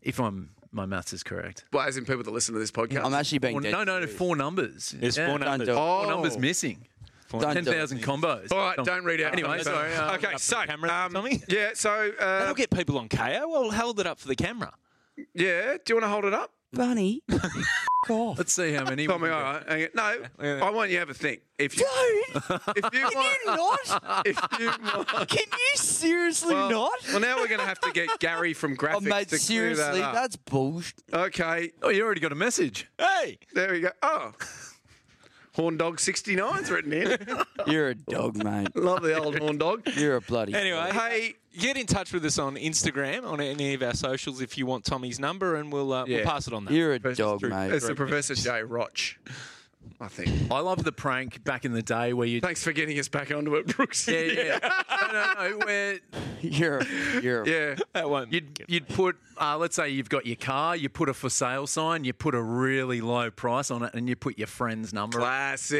Speaker 5: If I'm my maths is correct.
Speaker 3: Well, as in people that listen to this podcast.
Speaker 6: I'm actually being
Speaker 5: Well,
Speaker 6: dead.
Speaker 5: no, no, no, four numbers.
Speaker 4: There's
Speaker 5: Yeah.
Speaker 4: four
Speaker 5: Four
Speaker 4: numbers.
Speaker 6: do it.
Speaker 3: oh,
Speaker 5: numbers missing.
Speaker 6: Don't
Speaker 5: Ten
Speaker 6: do it.
Speaker 5: thousand combos.
Speaker 3: All right, don't read out.
Speaker 5: Anyway,
Speaker 3: numbers.
Speaker 5: sorry, uh,
Speaker 4: up
Speaker 3: okay,
Speaker 4: to
Speaker 3: so
Speaker 4: the camera,
Speaker 3: um,
Speaker 4: Tommy.
Speaker 3: yeah, so uh,
Speaker 4: That'll get people on KO. I'll hold it up for the camera.
Speaker 3: yeah, do you want to hold it up?
Speaker 6: Bunny, f- off.
Speaker 5: Let's see how many. we
Speaker 3: Tommy,
Speaker 5: can
Speaker 3: all
Speaker 5: get.
Speaker 3: right. hang it. No, I want you to have a think. If you,
Speaker 6: Dude,
Speaker 3: if you
Speaker 6: can you
Speaker 3: want,
Speaker 6: not?
Speaker 3: if you want,
Speaker 6: Can you seriously
Speaker 3: well,
Speaker 6: not?
Speaker 3: well, now we're going to have to get Gary from
Speaker 6: Oh,
Speaker 3: graphics
Speaker 6: mate,
Speaker 3: to
Speaker 6: seriously,
Speaker 3: clear that up.
Speaker 6: that's bullshit.
Speaker 3: okay,
Speaker 5: Oh, you already got a message.
Speaker 4: Hey,
Speaker 3: there we go. Oh, horn dog 69's written in.
Speaker 6: You're a dog, mate.
Speaker 3: Love the old horn dog.
Speaker 6: You're a bloody.
Speaker 4: anyway,
Speaker 3: Hey,
Speaker 4: get in touch with us on Instagram on any of our socials if you want Tommy's number, and we'll uh, we'll
Speaker 3: Yeah.
Speaker 4: pass it on there.
Speaker 6: You're a dog,
Speaker 3: through-
Speaker 6: mate.
Speaker 3: It's the Professor J. Roch, I think.
Speaker 5: I love the prank back in the day where you.
Speaker 3: Thanks for getting us back onto it, Brooks.
Speaker 5: Yeah, yeah. no, no, no. Where
Speaker 6: You're, a- you're. a-
Speaker 3: yeah.
Speaker 4: that won't.
Speaker 5: You'd, you'd put, uh, let's say you've got your car, you put a for sale sign, you put a really low price on it, and you put your friend's number. on it,
Speaker 4: That's a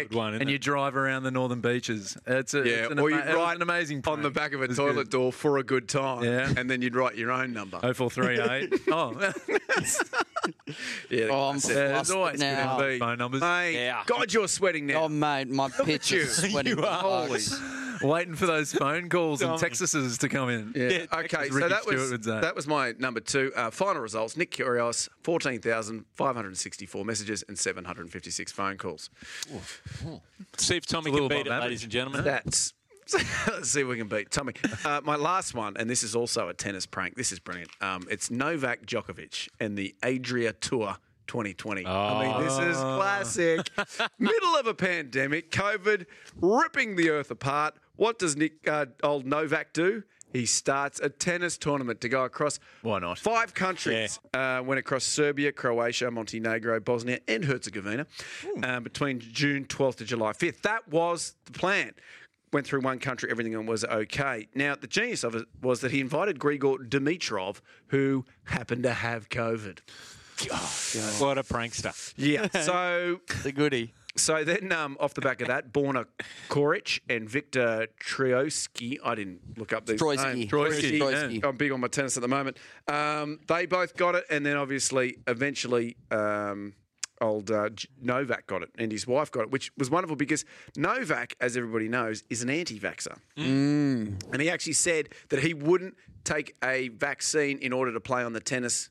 Speaker 3: Classic.
Speaker 4: good one, isn't
Speaker 5: And you
Speaker 4: it?
Speaker 5: drive around the northern beaches. It's, a,
Speaker 3: Yeah,
Speaker 5: it's an,
Speaker 3: or
Speaker 5: ama-
Speaker 3: you'd
Speaker 5: it was
Speaker 3: write
Speaker 5: an amazing
Speaker 3: on the back of a toilet door for a good time,
Speaker 5: Yeah.
Speaker 3: and then you'd write your own number.
Speaker 5: 0438. oh,
Speaker 3: Yeah,
Speaker 6: Oh, I'm
Speaker 3: that's it.
Speaker 5: there's
Speaker 6: flustered
Speaker 5: always
Speaker 6: now.
Speaker 3: Good
Speaker 5: phone numbers.
Speaker 3: Mate,
Speaker 4: Yeah.
Speaker 3: God, you're sweating now.
Speaker 6: Oh, mate, my pitch
Speaker 3: you.
Speaker 6: is sweating.
Speaker 4: You are.
Speaker 3: Holy.
Speaker 5: Waiting for those phone calls and
Speaker 4: Dumb.
Speaker 5: Texases to come in.
Speaker 3: Yeah.
Speaker 5: as
Speaker 3: Okay, so
Speaker 5: Ricky
Speaker 3: that
Speaker 5: Stewart
Speaker 3: was
Speaker 5: would say.
Speaker 3: that was my number two. Uh, final results: Nick Kyrgios, fourteen thousand five hundred sixty-four messages and seven hundred fifty-six phone calls.
Speaker 4: See if Tommy
Speaker 5: It's a
Speaker 4: can
Speaker 5: little
Speaker 4: beat it,
Speaker 5: above average.
Speaker 4: ladies and gentlemen.
Speaker 3: That's let's see if we can beat Tommy. Uh, my last one, and this is also a tennis prank. This is brilliant. Um, it's Novak Djokovic and the Adria Tour. 2020. I mean, this is classic. Middle of a pandemic, COVID, ripping the earth apart. What does Nick, uh, old Novak do? He starts a tennis tournament to go across
Speaker 5: Why not?
Speaker 3: five countries. Uh, went across Serbia, Croatia, Montenegro, Bosnia, and Herzegovina uh, between June 12th to July 5th. That was the plan. Went through one country, everything was okay. Now, the genius of it was that he invited Grigor Dimitrov, who happened to have COVID.
Speaker 4: What a prankster.
Speaker 3: Yeah. So
Speaker 6: The goodie.
Speaker 3: so then, um, off the back of that, Borna Koric and Victor Troisky. I didn't look up these
Speaker 6: Troisky.
Speaker 3: names.
Speaker 6: Troisky, Troisky. yeah.
Speaker 3: I'm big on my tennis at the moment. Um, they both got it, and then obviously, eventually, um, old uh, J- Novak got it, and his wife got it, which was wonderful because Novak, as everybody knows, is an anti-vaxxer, and he actually said that he wouldn't take a vaccine in order to play on the tennis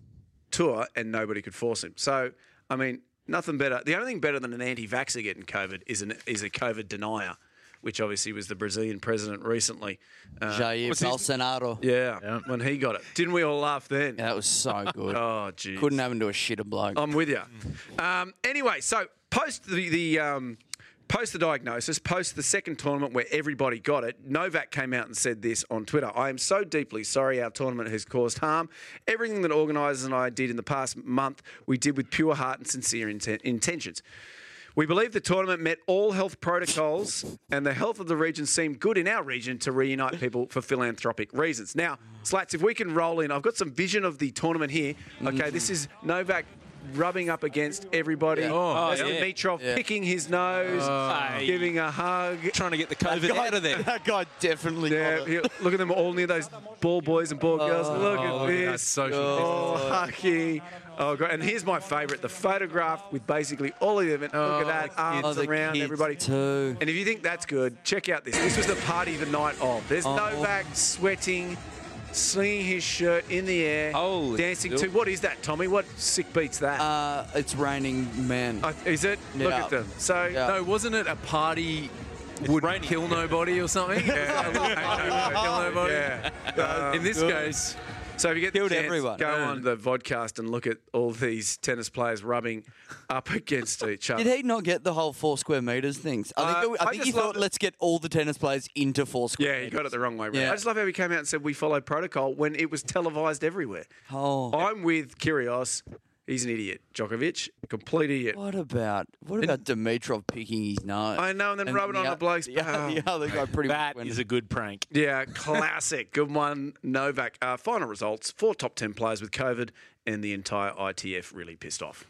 Speaker 3: tour and nobody could force him. So, I mean, nothing better. The only thing better than an anti-vaxxer getting COVID is an is a COVID denier, which obviously was the Brazilian president recently. Uh,
Speaker 6: Jair Bolsonaro.
Speaker 3: yeah, when he got it, didn't we all laugh then?
Speaker 6: That was so good.
Speaker 3: Oh, geez.
Speaker 6: Couldn't have him to a shitter bloke.
Speaker 3: I'm with you. Um, anyway, so post the, the um, post the diagnosis, post the second tournament where everybody got it, Novak came out and said this on Twitter. I am so deeply sorry our tournament has caused harm. Everything that organisers and I did in the past month, we did with pure heart and sincere inten- intentions. We believe the tournament met all health protocols, and the health of the region seemed good in our region to reunite people for philanthropic reasons. Now, Slats, if we can roll in, I've got some vision of the tournament here. Okay, this is Novak rubbing up against everybody.
Speaker 4: Yeah. Oh,
Speaker 3: That's
Speaker 4: yeah.
Speaker 3: Dimitrov
Speaker 4: Yeah.
Speaker 3: picking his nose,
Speaker 4: Oh.
Speaker 3: giving a hug,
Speaker 4: trying to get the COVID out of there.
Speaker 6: That guy definitely.
Speaker 3: Yeah, yeah, look at them all near those ball boys and ball girls. look at
Speaker 5: Oh, look at
Speaker 3: this.
Speaker 5: that social
Speaker 3: oh, hockey. Oh, great. And here's my favourite: the photograph with basically all of them. And look at that,
Speaker 6: the
Speaker 3: arms
Speaker 6: kids. Oh, the
Speaker 3: around
Speaker 6: kids
Speaker 3: everybody.
Speaker 6: too.
Speaker 3: And if you think that's good, check out this. This was the party the night of. There's
Speaker 6: Oh.
Speaker 3: Novak sweating, slinging his shirt in the air,
Speaker 6: Holy
Speaker 3: dancing
Speaker 6: shit.
Speaker 3: to what is that, Tommy? What sick beats that? Uh,
Speaker 6: Uh, it's raining men.
Speaker 3: is it? Look
Speaker 6: Yeah.
Speaker 3: at them. So
Speaker 5: No, wasn't it a party? Would kill nobody or something? kill nobody.
Speaker 3: Yeah.
Speaker 5: Uh, in this
Speaker 3: good.
Speaker 5: case,
Speaker 3: So if you get the
Speaker 5: Killed
Speaker 3: chance,
Speaker 5: everyone.
Speaker 3: go
Speaker 5: Yeah.
Speaker 3: on the vodcast and look at all these tennis players rubbing up against each other.
Speaker 6: Did he not get the whole four square meters things? I think,
Speaker 3: Uh,
Speaker 6: I
Speaker 3: I
Speaker 6: think
Speaker 3: just
Speaker 6: he
Speaker 3: loved
Speaker 6: thought,
Speaker 3: it.
Speaker 6: let's get all the tennis players into four square.
Speaker 3: yeah, he got it the wrong way around.
Speaker 6: Yeah.
Speaker 3: I just love how he came out and said we follow protocol when it was televised everywhere.
Speaker 6: Oh.
Speaker 3: I'm with Kyrgios. He's an idiot. Djokovic, complete idiot.
Speaker 6: What about what about Dimitrov picking his nose?
Speaker 3: I know, and then rub it on
Speaker 6: the
Speaker 3: the bloke's
Speaker 6: the, the other guy pretty much
Speaker 4: That
Speaker 6: went-
Speaker 4: is a good prank.
Speaker 3: Yeah, classic. Good one, Novak. Uh, final results: four top ten players with COVID, and the entire ITF really pissed off.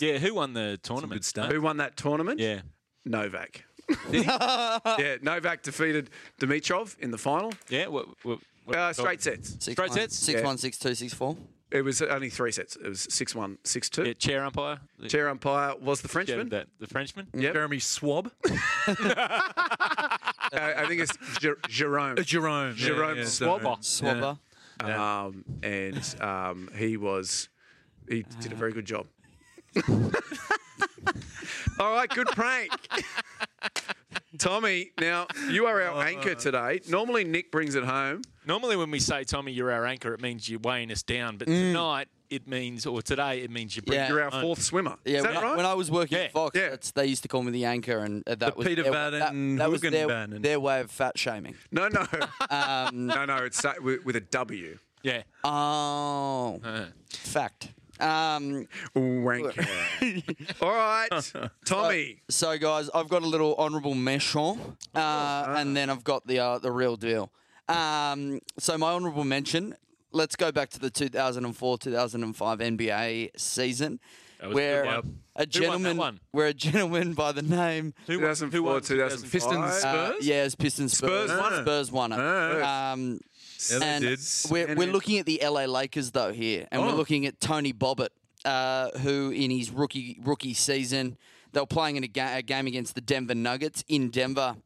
Speaker 4: Yeah, who won the tournament?
Speaker 3: good Who won that tournament?
Speaker 4: Yeah.
Speaker 3: Novak. yeah, Novak defeated Dimitrov in the final.
Speaker 4: Yeah, what, what, what-
Speaker 3: Uh, straight sets.
Speaker 6: Six
Speaker 4: straight
Speaker 6: one-
Speaker 4: sets.
Speaker 6: Six one six two six four.
Speaker 3: It was only three sets. It was six one, six two.
Speaker 4: Yeah, chair umpire.
Speaker 3: Chair umpire was the Frenchman.
Speaker 4: That, the Frenchman.
Speaker 3: Yep.
Speaker 5: Jeremy Swab.
Speaker 3: Uh, I think it's Jer- Jerome.
Speaker 5: Jerome. yeah,
Speaker 3: Jerome
Speaker 5: yeah,
Speaker 3: Swabber.
Speaker 5: sorry. Yeah.
Speaker 3: Um, and um, he was, he did a very good job. All right, good prank. Tommy, now you are our
Speaker 6: Uh.
Speaker 3: anchor today. Normally Nick brings it home.
Speaker 4: Normally, when we say Tommy, you're our anchor, it means you're weighing us down. But tonight, it means, or today, it means you bring
Speaker 6: Yeah.
Speaker 3: You're our
Speaker 4: home.
Speaker 3: fourth swimmer.
Speaker 6: Yeah,
Speaker 3: Is that
Speaker 6: when,
Speaker 3: right?
Speaker 6: when I was working
Speaker 4: Yeah.
Speaker 6: at Fox, that's, they used to call me the anchor, and uh, that
Speaker 5: The
Speaker 6: was
Speaker 5: Peter
Speaker 6: their,
Speaker 5: Van
Speaker 6: that, that was their,
Speaker 5: Hoogenbannen.
Speaker 6: their way of fat shaming.
Speaker 3: no, no,
Speaker 6: Um,
Speaker 3: no, no. It's sa- with with a W.
Speaker 4: Yeah.
Speaker 6: Uh, oh, fact. Um,
Speaker 3: Wank. All right, Tommy.
Speaker 6: so guys, I've got a little honourable mention, uh, and then I've got the uh, the real deal. Um, so my honourable mention. Let's go back to the 2004-2005 NBA season,
Speaker 4: was a good
Speaker 6: where
Speaker 4: one.
Speaker 6: a
Speaker 4: Who won that
Speaker 6: gentleman,
Speaker 4: one?
Speaker 6: where a gentleman by the name
Speaker 4: Who won?
Speaker 3: 2004,
Speaker 4: Who won?
Speaker 3: 2005.
Speaker 5: Pistons,
Speaker 3: Uh,
Speaker 6: Uh,
Speaker 5: Spurs?
Speaker 6: yeah, it's Pistons. Spurs,
Speaker 3: Spurs won it.
Speaker 6: Spurs won it.
Speaker 5: Ah.
Speaker 6: Um,
Speaker 5: Yeah, they
Speaker 6: and
Speaker 5: did.
Speaker 6: We're, we're looking at the LA Lakers though here, and we're
Speaker 5: Oh.
Speaker 6: looking at Tony Bobbitt, uh, who in his rookie rookie season they were playing in a, ga- a game against the Denver Nuggets in Denver,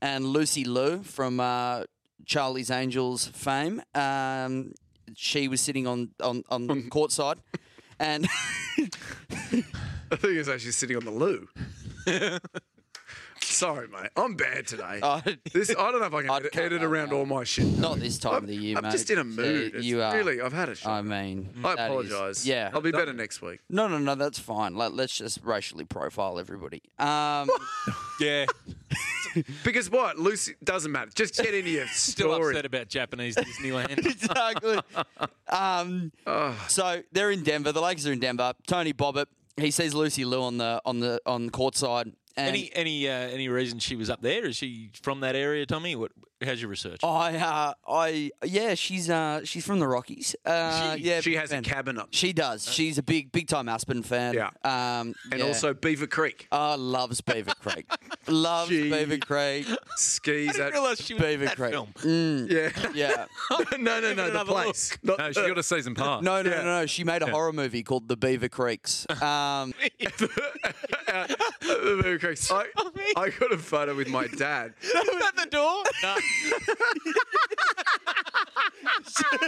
Speaker 6: and Lucy Liu from uh, Charlie's Angels fame, um, she was sitting on on on the court side, and.
Speaker 3: Uh, I think it's actually sitting on the loo. Sorry, mate. I'm bad today.
Speaker 6: I-
Speaker 3: this I don't know if I can
Speaker 6: Uh, I'd
Speaker 3: edit,
Speaker 6: cut
Speaker 3: edit
Speaker 6: that
Speaker 3: around
Speaker 6: out.
Speaker 3: all my shit.
Speaker 6: Oh, Not this time of the year,
Speaker 3: I'm
Speaker 6: mate.
Speaker 3: just in a
Speaker 6: Yeah,
Speaker 3: mood. It's
Speaker 6: you are.
Speaker 3: really- I've had a
Speaker 6: I
Speaker 3: shot.
Speaker 6: mean,
Speaker 3: I
Speaker 6: that is-
Speaker 3: apologise.
Speaker 6: yeah,
Speaker 3: I'll be better next week.
Speaker 6: No, no, no, that's fine. Like, let's just racially profile everybody. Um,
Speaker 4: Yeah.
Speaker 3: Because what? Lucy doesn't matter. Just get into your
Speaker 4: Still
Speaker 3: story.
Speaker 4: upset about Japanese Disneyland.
Speaker 6: exactly. Um, so they're in Denver. The Lakers are in Denver. Tony Bobbitt. He sees Lucy Liu on the on the on the court side, and
Speaker 4: any any uh, any reason she was up there? Is she from that area, Tommy? What? How's your research?
Speaker 6: I uh, I yeah, she's uh, she's from the Rockies. Uh, yeah,
Speaker 3: she
Speaker 6: big
Speaker 3: has a
Speaker 6: fan.
Speaker 3: cabin up,
Speaker 6: She does. She's a big big time Aspen fan.
Speaker 3: Yeah.
Speaker 6: Um,
Speaker 3: and
Speaker 6: yeah.
Speaker 3: also Beaver Creek
Speaker 6: Oh, loves Beaver Creek. loves
Speaker 3: She-
Speaker 6: Beaver Creek.
Speaker 3: skis at.
Speaker 4: she
Speaker 6: Beaver Creek. Mm,
Speaker 3: Yeah,
Speaker 6: yeah.
Speaker 4: Give it
Speaker 3: no, no, no. The
Speaker 4: another
Speaker 3: place.
Speaker 5: No,
Speaker 3: Not-
Speaker 5: she got a season pass.
Speaker 6: No, no, no, no, no. She made a horror movie called The Beaver Creeks. Um,
Speaker 3: Beaver Creek. I, I got a photo with my dad.
Speaker 4: at the door.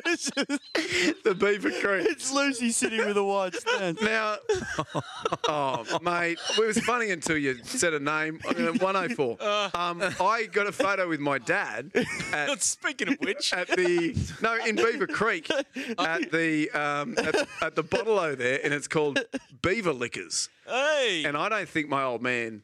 Speaker 3: The Beaver Creek.
Speaker 6: it's Lucy City with a wide stand.
Speaker 3: Now, oh mate, it was funny until you said a name. uh, I mean, 104. Um, I got a photo with my dad at,
Speaker 4: Speaking of which,
Speaker 3: at the no in Beaver Creek at the um, at, at the bottle o there, and it's called Beaver Liquors.
Speaker 4: hey,
Speaker 3: And I don't think my old man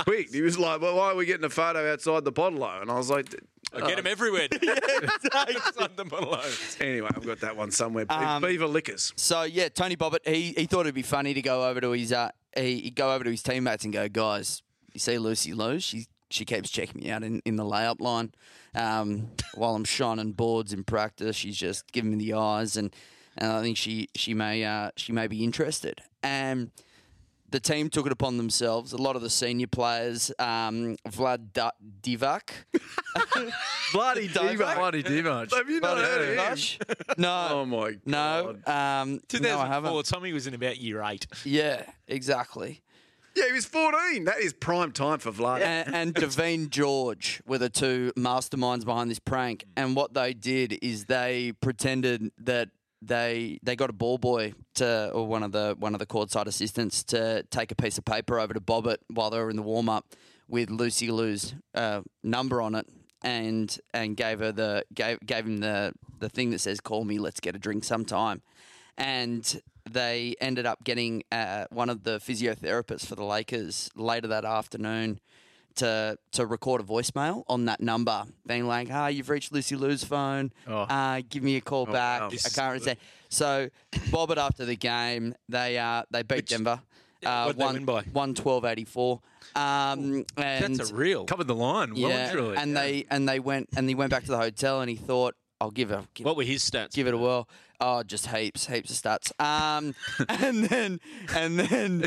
Speaker 3: quick. He was like, "Well, why are we getting a photo outside the bottle o?" And I was like,
Speaker 4: I get him everywhere. Outside the bottle.
Speaker 3: "Anyway, I've got that one somewhere." Be-
Speaker 6: Um,
Speaker 3: Beaver Liquors.
Speaker 6: So yeah, Tony Bobbitt, he, he thought it'd be funny to go over to his uh, he, he'd go over to his teammates and go, guys, you see Lucy Lou? She she keeps checking me out in, in the layup line um, while I'm shining boards in practice. She's just giving me the eyes, and, and I think she she may uh, she may be interested. And the team took it upon themselves. A lot of the senior players, um, Vlad da- Divac,
Speaker 3: Bloody Divac.
Speaker 5: Bloody Divac.
Speaker 3: Have you not
Speaker 6: Bloody
Speaker 3: heard of him?
Speaker 6: Divac. No.
Speaker 3: Oh my god.
Speaker 6: No, um, no, I
Speaker 4: 2004,
Speaker 6: haven't.
Speaker 4: Tommy was in about year eight.
Speaker 6: Yeah, exactly.
Speaker 3: Yeah, he was 14. That is prime time for Vlad.
Speaker 6: and, and Devine George were the two masterminds behind this prank. And what they did is they pretended that they they got a ball boy to or one of the one of the courtside assistants to take a piece of paper over to Bobbit while they were in the warm up with Lucy Lou's uh, number on it. And and gave her the gave gave him the the thing that says call me let's get a drink sometime, and they ended up getting uh, one of the physiotherapists for the Lakers later that afternoon to to record a voicemail on that number, being like, "Ah, you've reached Lucy Lou's phone.
Speaker 4: Oh.
Speaker 6: Uh, give me a call
Speaker 3: Oh,
Speaker 6: back.
Speaker 3: wow.
Speaker 6: I can't understand." So, Bobbert after the game, they uh, they beat Denver. Uh,
Speaker 4: what'd they win by?
Speaker 6: one twelve eighty four. Um, and
Speaker 4: That's a real.
Speaker 5: Covered the line. Well
Speaker 6: yeah,
Speaker 5: and truly.
Speaker 6: and they and they went and he went back to the hotel and he thought, "I'll give a give,
Speaker 4: What were his stats?
Speaker 6: give it a whirl." Oh, just heaps, heaps of stats. Um, and then and then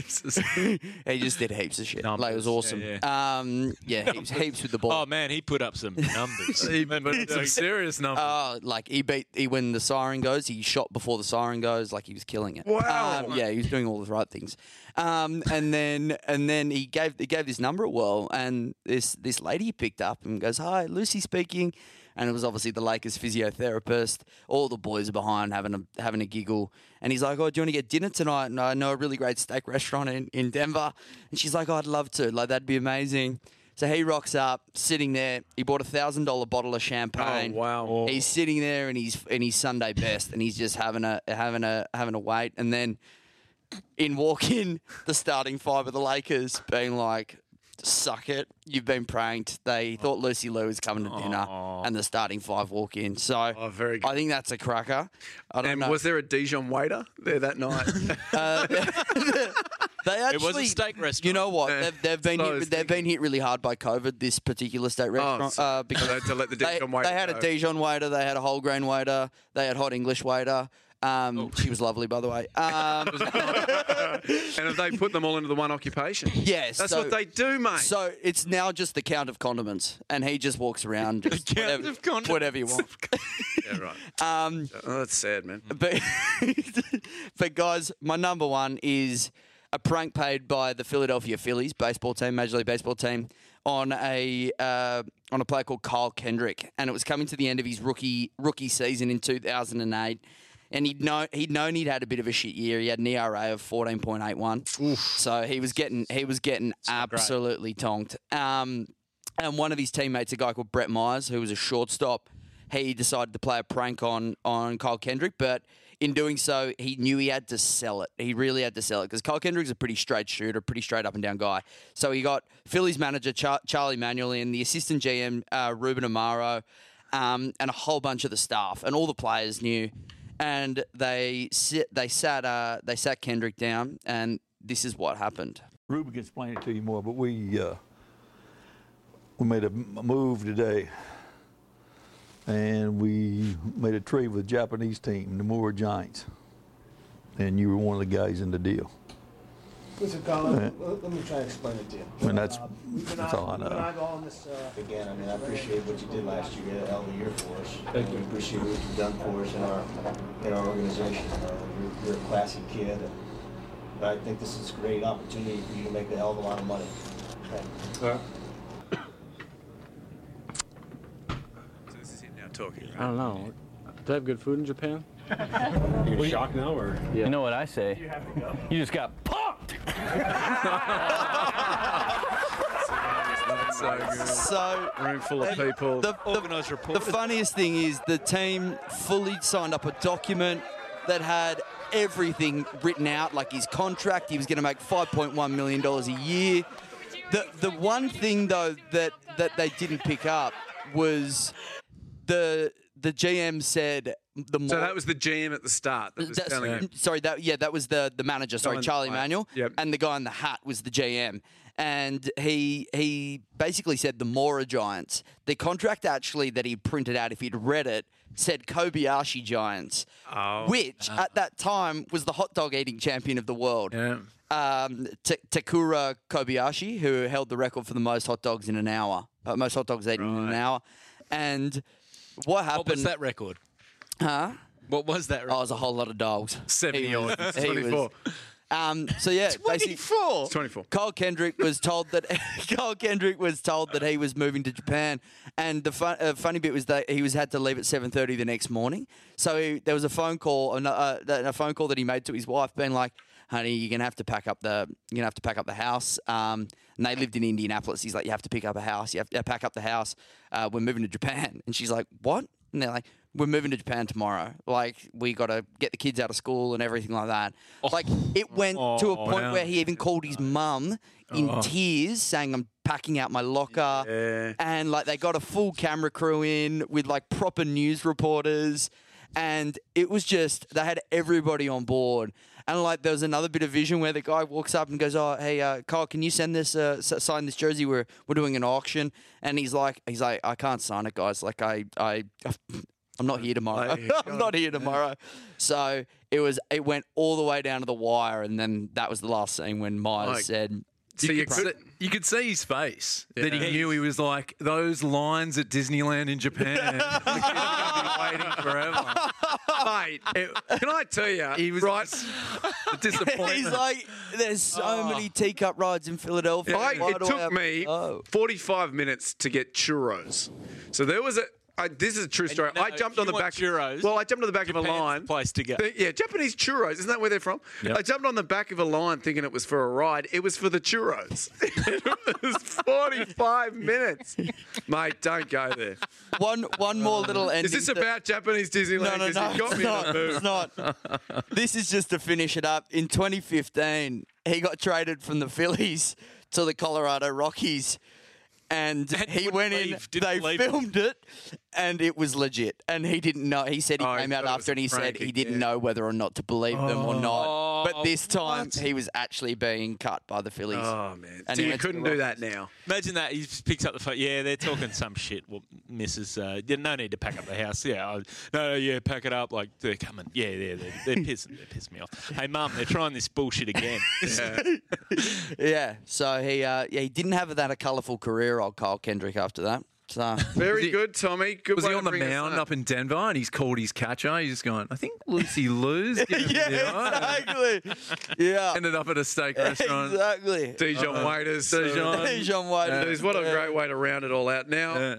Speaker 6: he just did heaps of shit. Like it was awesome.
Speaker 4: Yeah,
Speaker 6: Um, yeah heaps, heaps with the ball.
Speaker 4: Oh man, he put up some numbers.
Speaker 5: He- but some serious numbers.
Speaker 6: Oh, like he beat he, when the siren goes, he shot before the siren goes, like he was killing it.
Speaker 3: Wow.
Speaker 6: Um, yeah, he was doing all the right things. Um, and then and then he gave he gave this number a whirl, and this this lady picked up and goes, "Hi, Lucy speaking," and it was obviously the Lakers physiotherapist. All the boys are behind having a having a giggle, and he's like, "Oh, do you want to get dinner tonight?" And I know a really great steak restaurant in in Denver, and she's like, "Oh, "I'd love to. Like that'd be amazing." So he rocks up, sitting there. He bought a thousand dollar bottle of champagne.
Speaker 3: Oh, wow.
Speaker 6: He's sitting there in his in his Sunday best, and he's just having a having a having a wait. And then in walk in the starting five of the Lakers, being like, "Suck it, you've been pranked." They thought Lucy Lou was coming to dinner, and the starting five walk in. So
Speaker 3: Oh, very
Speaker 6: I
Speaker 3: good.
Speaker 6: think that's a cracker. I don't
Speaker 3: And
Speaker 6: know.
Speaker 3: was there a Dijon waiter there that night?
Speaker 6: They actually,
Speaker 4: It was a steak restaurant.
Speaker 6: You know what?
Speaker 3: Yeah.
Speaker 6: They've, they've been
Speaker 3: So I
Speaker 6: hit,
Speaker 3: was
Speaker 6: they've been hit really hard by COVID. This particular state restaurant
Speaker 3: so-
Speaker 6: uh, because
Speaker 3: so they had to let the
Speaker 6: they,
Speaker 3: Dijon waiter
Speaker 6: they had a
Speaker 3: go.
Speaker 6: Dijon waiter, they had a whole grain waiter, they had hot English waiter. Um, She was lovely, by the way. Um,
Speaker 3: and have they put them all into the one occupation?
Speaker 6: yeah,
Speaker 3: That's
Speaker 6: so,
Speaker 3: what they do, mate.
Speaker 6: So it's now just the count of condiments, and he just walks around just
Speaker 4: count
Speaker 6: whatever,
Speaker 4: of condiments.
Speaker 6: whatever you want.
Speaker 3: yeah, right.
Speaker 6: Um, Mm.
Speaker 3: Oh, that's sad, man.
Speaker 6: but but guys, my number one is a prank paid by the Philadelphia Phillies baseball team, Major League Baseball team, on a uh, on a player called Kyle Kendrick, and it was coming to the end of his rookie rookie season in 2008. And he'd know he'd known he'd had a bit of a shit year. He had an ERA of fourteen point eight one, so he was getting he was getting absolutely tonked. Um, and one of his teammates, a guy called Brett Myers, who was a shortstop, he decided to play a prank on on Kyle Kendrick, but in doing so, he knew he had to sell it. He really had to sell it because Kyle Kendrick's a pretty straight shooter, pretty straight up and down guy. So he got Phillies manager Char- Charlie Manuel and the assistant GM uh, Ruben Amaro, um, and a whole bunch of the staff and all the players knew. And they sit, they sat uh, they sat Kendrick down, and this is what happened.
Speaker 13: Ruben can explain it to you more, but we uh, we made a m- move today, and we made a trade with the Japanese team, the Nomura Giants, and you were one of the guys in the deal.
Speaker 14: Mr. Collins,
Speaker 13: Yeah.
Speaker 14: let let me try and explain it to you.
Speaker 13: I mean, that's-
Speaker 14: Uh,
Speaker 13: that's all I know.
Speaker 14: We've been eyeballing this, uh,
Speaker 15: Again, I mean, I appreciate what you did last year, you had a hell of a year for us. Thank you. I appreciate what you've done for us in our, in our organization. Uh, you're- You're a classy kid, and but I think this is a great opportunity for you to make a hell of a lot of money.
Speaker 3: So this is him now talking,
Speaker 16: I don't know. Do they have good food in Japan? You're shocked now, or you know what I say? You have to go. You just got pumped.
Speaker 3: So good.
Speaker 6: So
Speaker 3: Room full of people.
Speaker 6: the, the-
Speaker 4: Organised
Speaker 6: the
Speaker 4: report.
Speaker 6: funniest thing is the team fully signed up a document that had everything written out, like his contract. He was going to make $5.1 million a year. The, the one thing, though, that, that they didn't pick up was the the GM said the more
Speaker 3: So that was the GM at the start that was
Speaker 6: That's-
Speaker 3: telling him.
Speaker 6: Sorry, that yeah, that was the the manager. Sorry,
Speaker 3: Guy in the
Speaker 6: Charlie
Speaker 3: hat.
Speaker 6: Manuel.
Speaker 3: Yep.
Speaker 6: And the guy in the hat was the GM. And he he basically said the Mora Giants. The contract actually that he printed out, if he'd read it, said Kobayashi Giants,
Speaker 3: Oh.
Speaker 6: which at that time was the hot dog eating champion of the world. Um, Ta- Takura Kobayashi, who held the record for the most hot dogs in an hour, uh, most hot dogs eaten in an hour, and what happened?
Speaker 4: What was that record?
Speaker 6: Huh?
Speaker 4: What was that?
Speaker 6: Oh, it was a whole lot of dogs. Seventy
Speaker 4: odd. It's 24.
Speaker 6: Um, so yeah, twenty four.
Speaker 3: Twenty four.
Speaker 6: Kyle Kendrick was told that Kyle Kendrick was told that he was moving to Japan, and the fun, uh, funny bit was that he was had to leave at seven thirty the next morning. So he, there was a phone call, an- uh, that- a phone call that he made to his wife, being like, "Honey, you're gonna have to pack up the you're gonna have to pack up the house." Um, and they lived in Indianapolis. He's like, "You have to pick up a house. You have to pack up the house. Uh, we're moving to Japan." And she's like, "What?" And they're like, "We're moving to Japan tomorrow. Like, we got to get the kids out of school and everything like that." Like, it went to a
Speaker 4: Oh,
Speaker 6: point
Speaker 4: wow.
Speaker 6: where he even called his mum in
Speaker 4: Oh.
Speaker 6: tears, saying, "I'm packing out my locker," and like they got a full camera crew in with like proper news reporters, and it was just they had everybody on board. And like there was another bit of vision where the guy walks up and goes, "Oh, hey, uh, Kyle, can you send this, uh, s- sign this jersey? We're we're doing an auction." And he's like, "He's like, I can't sign it, guys. Like, I I." I'm not here tomorrow.
Speaker 4: Like,
Speaker 6: I'm not here tomorrow. So it was. It went all the way down to the wire, and then that was the last scene when Myers
Speaker 5: Like,
Speaker 6: said,
Speaker 5: You, could see, you could see his face that he
Speaker 6: Yeah.
Speaker 5: knew he was like those lines at Disneyland in Japan. waiting forever. Mate, it- can I tell you? He was right. the disappointment.
Speaker 6: He's like, there's so many teacup rides in Philadelphia.
Speaker 3: I,
Speaker 6: Why
Speaker 3: Ah. it
Speaker 6: do I
Speaker 3: took
Speaker 6: have-"
Speaker 3: me
Speaker 6: Oh.
Speaker 3: 45 minutes to get churros. So there was a. I, this is a true story.
Speaker 4: no,
Speaker 3: I jumped
Speaker 4: if
Speaker 3: on
Speaker 4: you
Speaker 3: the
Speaker 4: want
Speaker 3: back.
Speaker 4: churros,
Speaker 3: well, I jumped on the back of a
Speaker 4: Japan's
Speaker 3: line.
Speaker 4: the place to go.
Speaker 3: Th- yeah, Japanese churros. Isn't that where they're from?
Speaker 4: Yep.
Speaker 3: I jumped on the back of a line thinking it was for a ride. It was for the churros. it was 45 minutes. Mate, don't go there.
Speaker 6: One, one more little ending.
Speaker 3: Is this
Speaker 6: to-
Speaker 3: about Japanese Disneyland?
Speaker 6: No, no,
Speaker 3: 'Cause
Speaker 6: no.
Speaker 3: you got
Speaker 6: it's,
Speaker 3: me in a
Speaker 6: not,
Speaker 3: mood.
Speaker 6: it's not. This is just to finish it up. In 2015, he got traded from the Phillies to the Colorado Rockies. And he went
Speaker 4: leave,
Speaker 6: in.
Speaker 4: didn't
Speaker 6: They
Speaker 4: leave.
Speaker 6: filmed it, and it was legit. And he didn't know. He said he came out after, and he said he didn't know whether or not to believe them or not. But this time, he was actually being cut by the Phillies.
Speaker 3: Oh, man.
Speaker 6: And
Speaker 3: So
Speaker 6: he
Speaker 3: you
Speaker 6: went to the
Speaker 3: couldn't do that
Speaker 6: Rockies.
Speaker 3: now.
Speaker 4: Imagine that. He just picks up the phone. Yeah, they're talking some shit. Well, Mrs. Uh, yeah, no need to pack up the house. Yeah, I, no, yeah, pack it up. Like they're coming. Yeah, yeah, they're, they're pissing. They're pissing me off. Hey, mum, they're trying this bullshit again.
Speaker 6: Yeah. So he uh, yeah, he didn't have that a colourful career, old Kyle Kendrick. After that, so
Speaker 3: Very good, Tommy. Good
Speaker 5: was
Speaker 3: way
Speaker 5: he
Speaker 3: to
Speaker 5: on the
Speaker 3: bring us
Speaker 5: mound up in Denver and he's called his catcher? He's just going, I think Lucy Lou's giving me
Speaker 6: Yeah,
Speaker 5: the eye."
Speaker 6: exactly. Yeah.
Speaker 5: Ended up at a steak restaurant.
Speaker 6: exactly.
Speaker 3: Dijon
Speaker 5: Uh-oh.
Speaker 3: waiters.
Speaker 5: Uh-huh. Dijon.
Speaker 6: Dijon waiters.
Speaker 3: Dudes, what a
Speaker 6: Yeah.
Speaker 3: great way to round it all out. Now,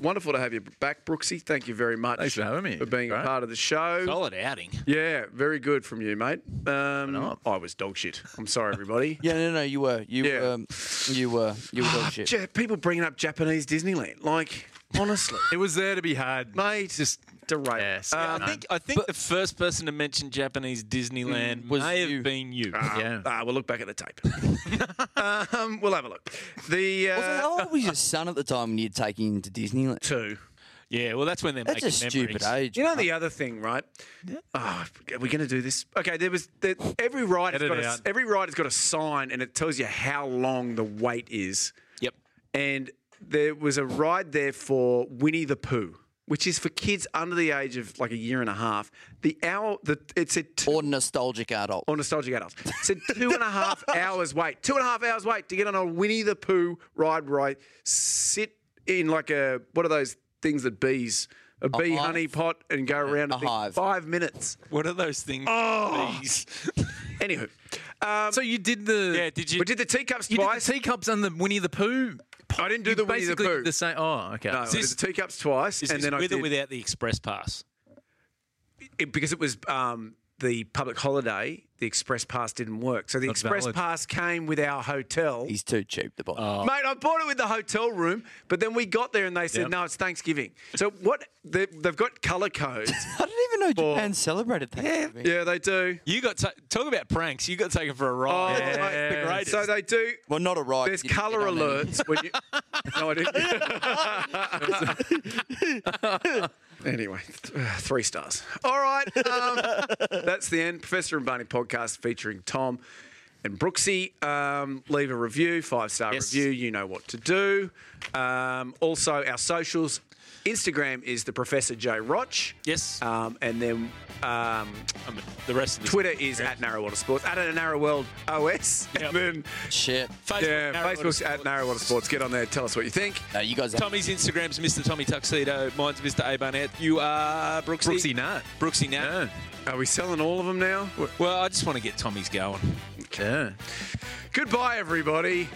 Speaker 3: wonderful to have you back, Brooksy. Thank you very much.
Speaker 5: Thanks for having me.
Speaker 3: For being a
Speaker 5: Great.
Speaker 3: part of the show.
Speaker 4: Solid outing.
Speaker 3: Yeah, very good from you, mate. Um, I was dog shit. I'm sorry, everybody.
Speaker 6: Yeah, no, no, you were, you were, um, you were, you were
Speaker 3: Ah,
Speaker 6: dog shit.
Speaker 3: Ja- people bringing up Japanese Disneyland, like honestly,
Speaker 5: it was there to be had, Um,
Speaker 3: mate. Just derail.
Speaker 4: I think I think the first person to mention Japanese Disneyland
Speaker 3: Was
Speaker 4: may
Speaker 3: you.
Speaker 4: have been you.
Speaker 3: Mm, Ah, ah, we'll look back at the tape. um, we'll have a look. The uh,
Speaker 6: Also, how old was your son at the time when you're taking him to Disneyland?
Speaker 3: Two.
Speaker 4: Yeah, well, that's when they're
Speaker 6: That's a
Speaker 4: making
Speaker 6: stupid
Speaker 4: memories.
Speaker 6: age.
Speaker 3: You know the other thing, right? Oh, are we going to do this? Okay, there was there, every ride. Has
Speaker 5: Edit
Speaker 3: got
Speaker 5: it
Speaker 3: a,
Speaker 5: out.
Speaker 3: every ride has got a sign, and it tells you how long the wait is.
Speaker 4: Yep.
Speaker 3: And there was a ride there for Winnie the Pooh, which is for kids under the age of like a year and a half. The hour the it's a two,
Speaker 6: or nostalgic adult
Speaker 3: or nostalgic adults. It's a two and a half hours wait. Two and a half hours wait to get on a Winnie the Pooh ride. Right, sit in like a what are those things that bees? A bee
Speaker 4: hive?
Speaker 3: honey pot and go around
Speaker 4: a
Speaker 3: and think,
Speaker 4: hive.
Speaker 3: five minutes.
Speaker 4: What are those things?
Speaker 3: Oh.
Speaker 4: These-
Speaker 3: Anywho, um,
Speaker 5: so you did the
Speaker 4: Yeah, did you-
Speaker 3: we did the teacup
Speaker 5: you did the
Speaker 3: spice.
Speaker 5: teacups and the Winnie the Pooh.
Speaker 3: I didn't do
Speaker 5: You
Speaker 3: the Winnie the
Speaker 5: basically did
Speaker 3: Pooh.
Speaker 5: The same. Oh, okay.
Speaker 3: No, I did the teacups twice,
Speaker 4: Is
Speaker 3: and
Speaker 4: this
Speaker 3: then I
Speaker 4: with
Speaker 3: did
Speaker 4: or without the express pass?
Speaker 3: it, because it was um, the public holiday. The express pass didn't work, so the
Speaker 5: Not
Speaker 3: express
Speaker 5: valid.
Speaker 3: pass came with our hotel.
Speaker 6: He's too cheap, the boy.
Speaker 4: Oh.
Speaker 3: Mate, I bought it with the hotel room, but then we got there and they said,
Speaker 5: Yep.
Speaker 3: "No, it's Thanksgiving." So what? They, they've got color codes.
Speaker 6: I didn't even know Japan celebrated Thanksgiving.
Speaker 3: yeah, they do.
Speaker 4: You got ta- talk about pranks. You got taken for a ride.
Speaker 3: Oh, mate,
Speaker 4: The greatest.
Speaker 3: So they do.
Speaker 6: Well, not a ride.
Speaker 3: There's
Speaker 6: you didn't
Speaker 3: color
Speaker 6: get on any.
Speaker 3: alerts when you. No, I didn't. Anyway, th- uh, three stars. All right. Um, that's the end. Professor and Barney podcast featuring Tom and Brooksy. Um, leave a review, five star review. You know what to do. Um, also, our socials. Instagram is the Professor J Roch. Yes. Um, and then um,
Speaker 4: the rest of the
Speaker 3: Twitter is at Narrow Water Sports, at Narrow World OS. And then
Speaker 6: shit.
Speaker 3: Facebook, yeah, Facebook's at Narrow Water Sports. Get on there. Tell us what you think.
Speaker 6: No, you guys.
Speaker 4: Tommy's Instagram's Mr. Tommy Tuxedo. Mine's Mr. A Barnett. You are Brooksy.
Speaker 3: Brooksy Nat.
Speaker 4: Brooksy Nat.
Speaker 3: Are we selling all of them now?
Speaker 4: Well, I just want to get Tommy's going.
Speaker 3: Okay. Goodbye, everybody.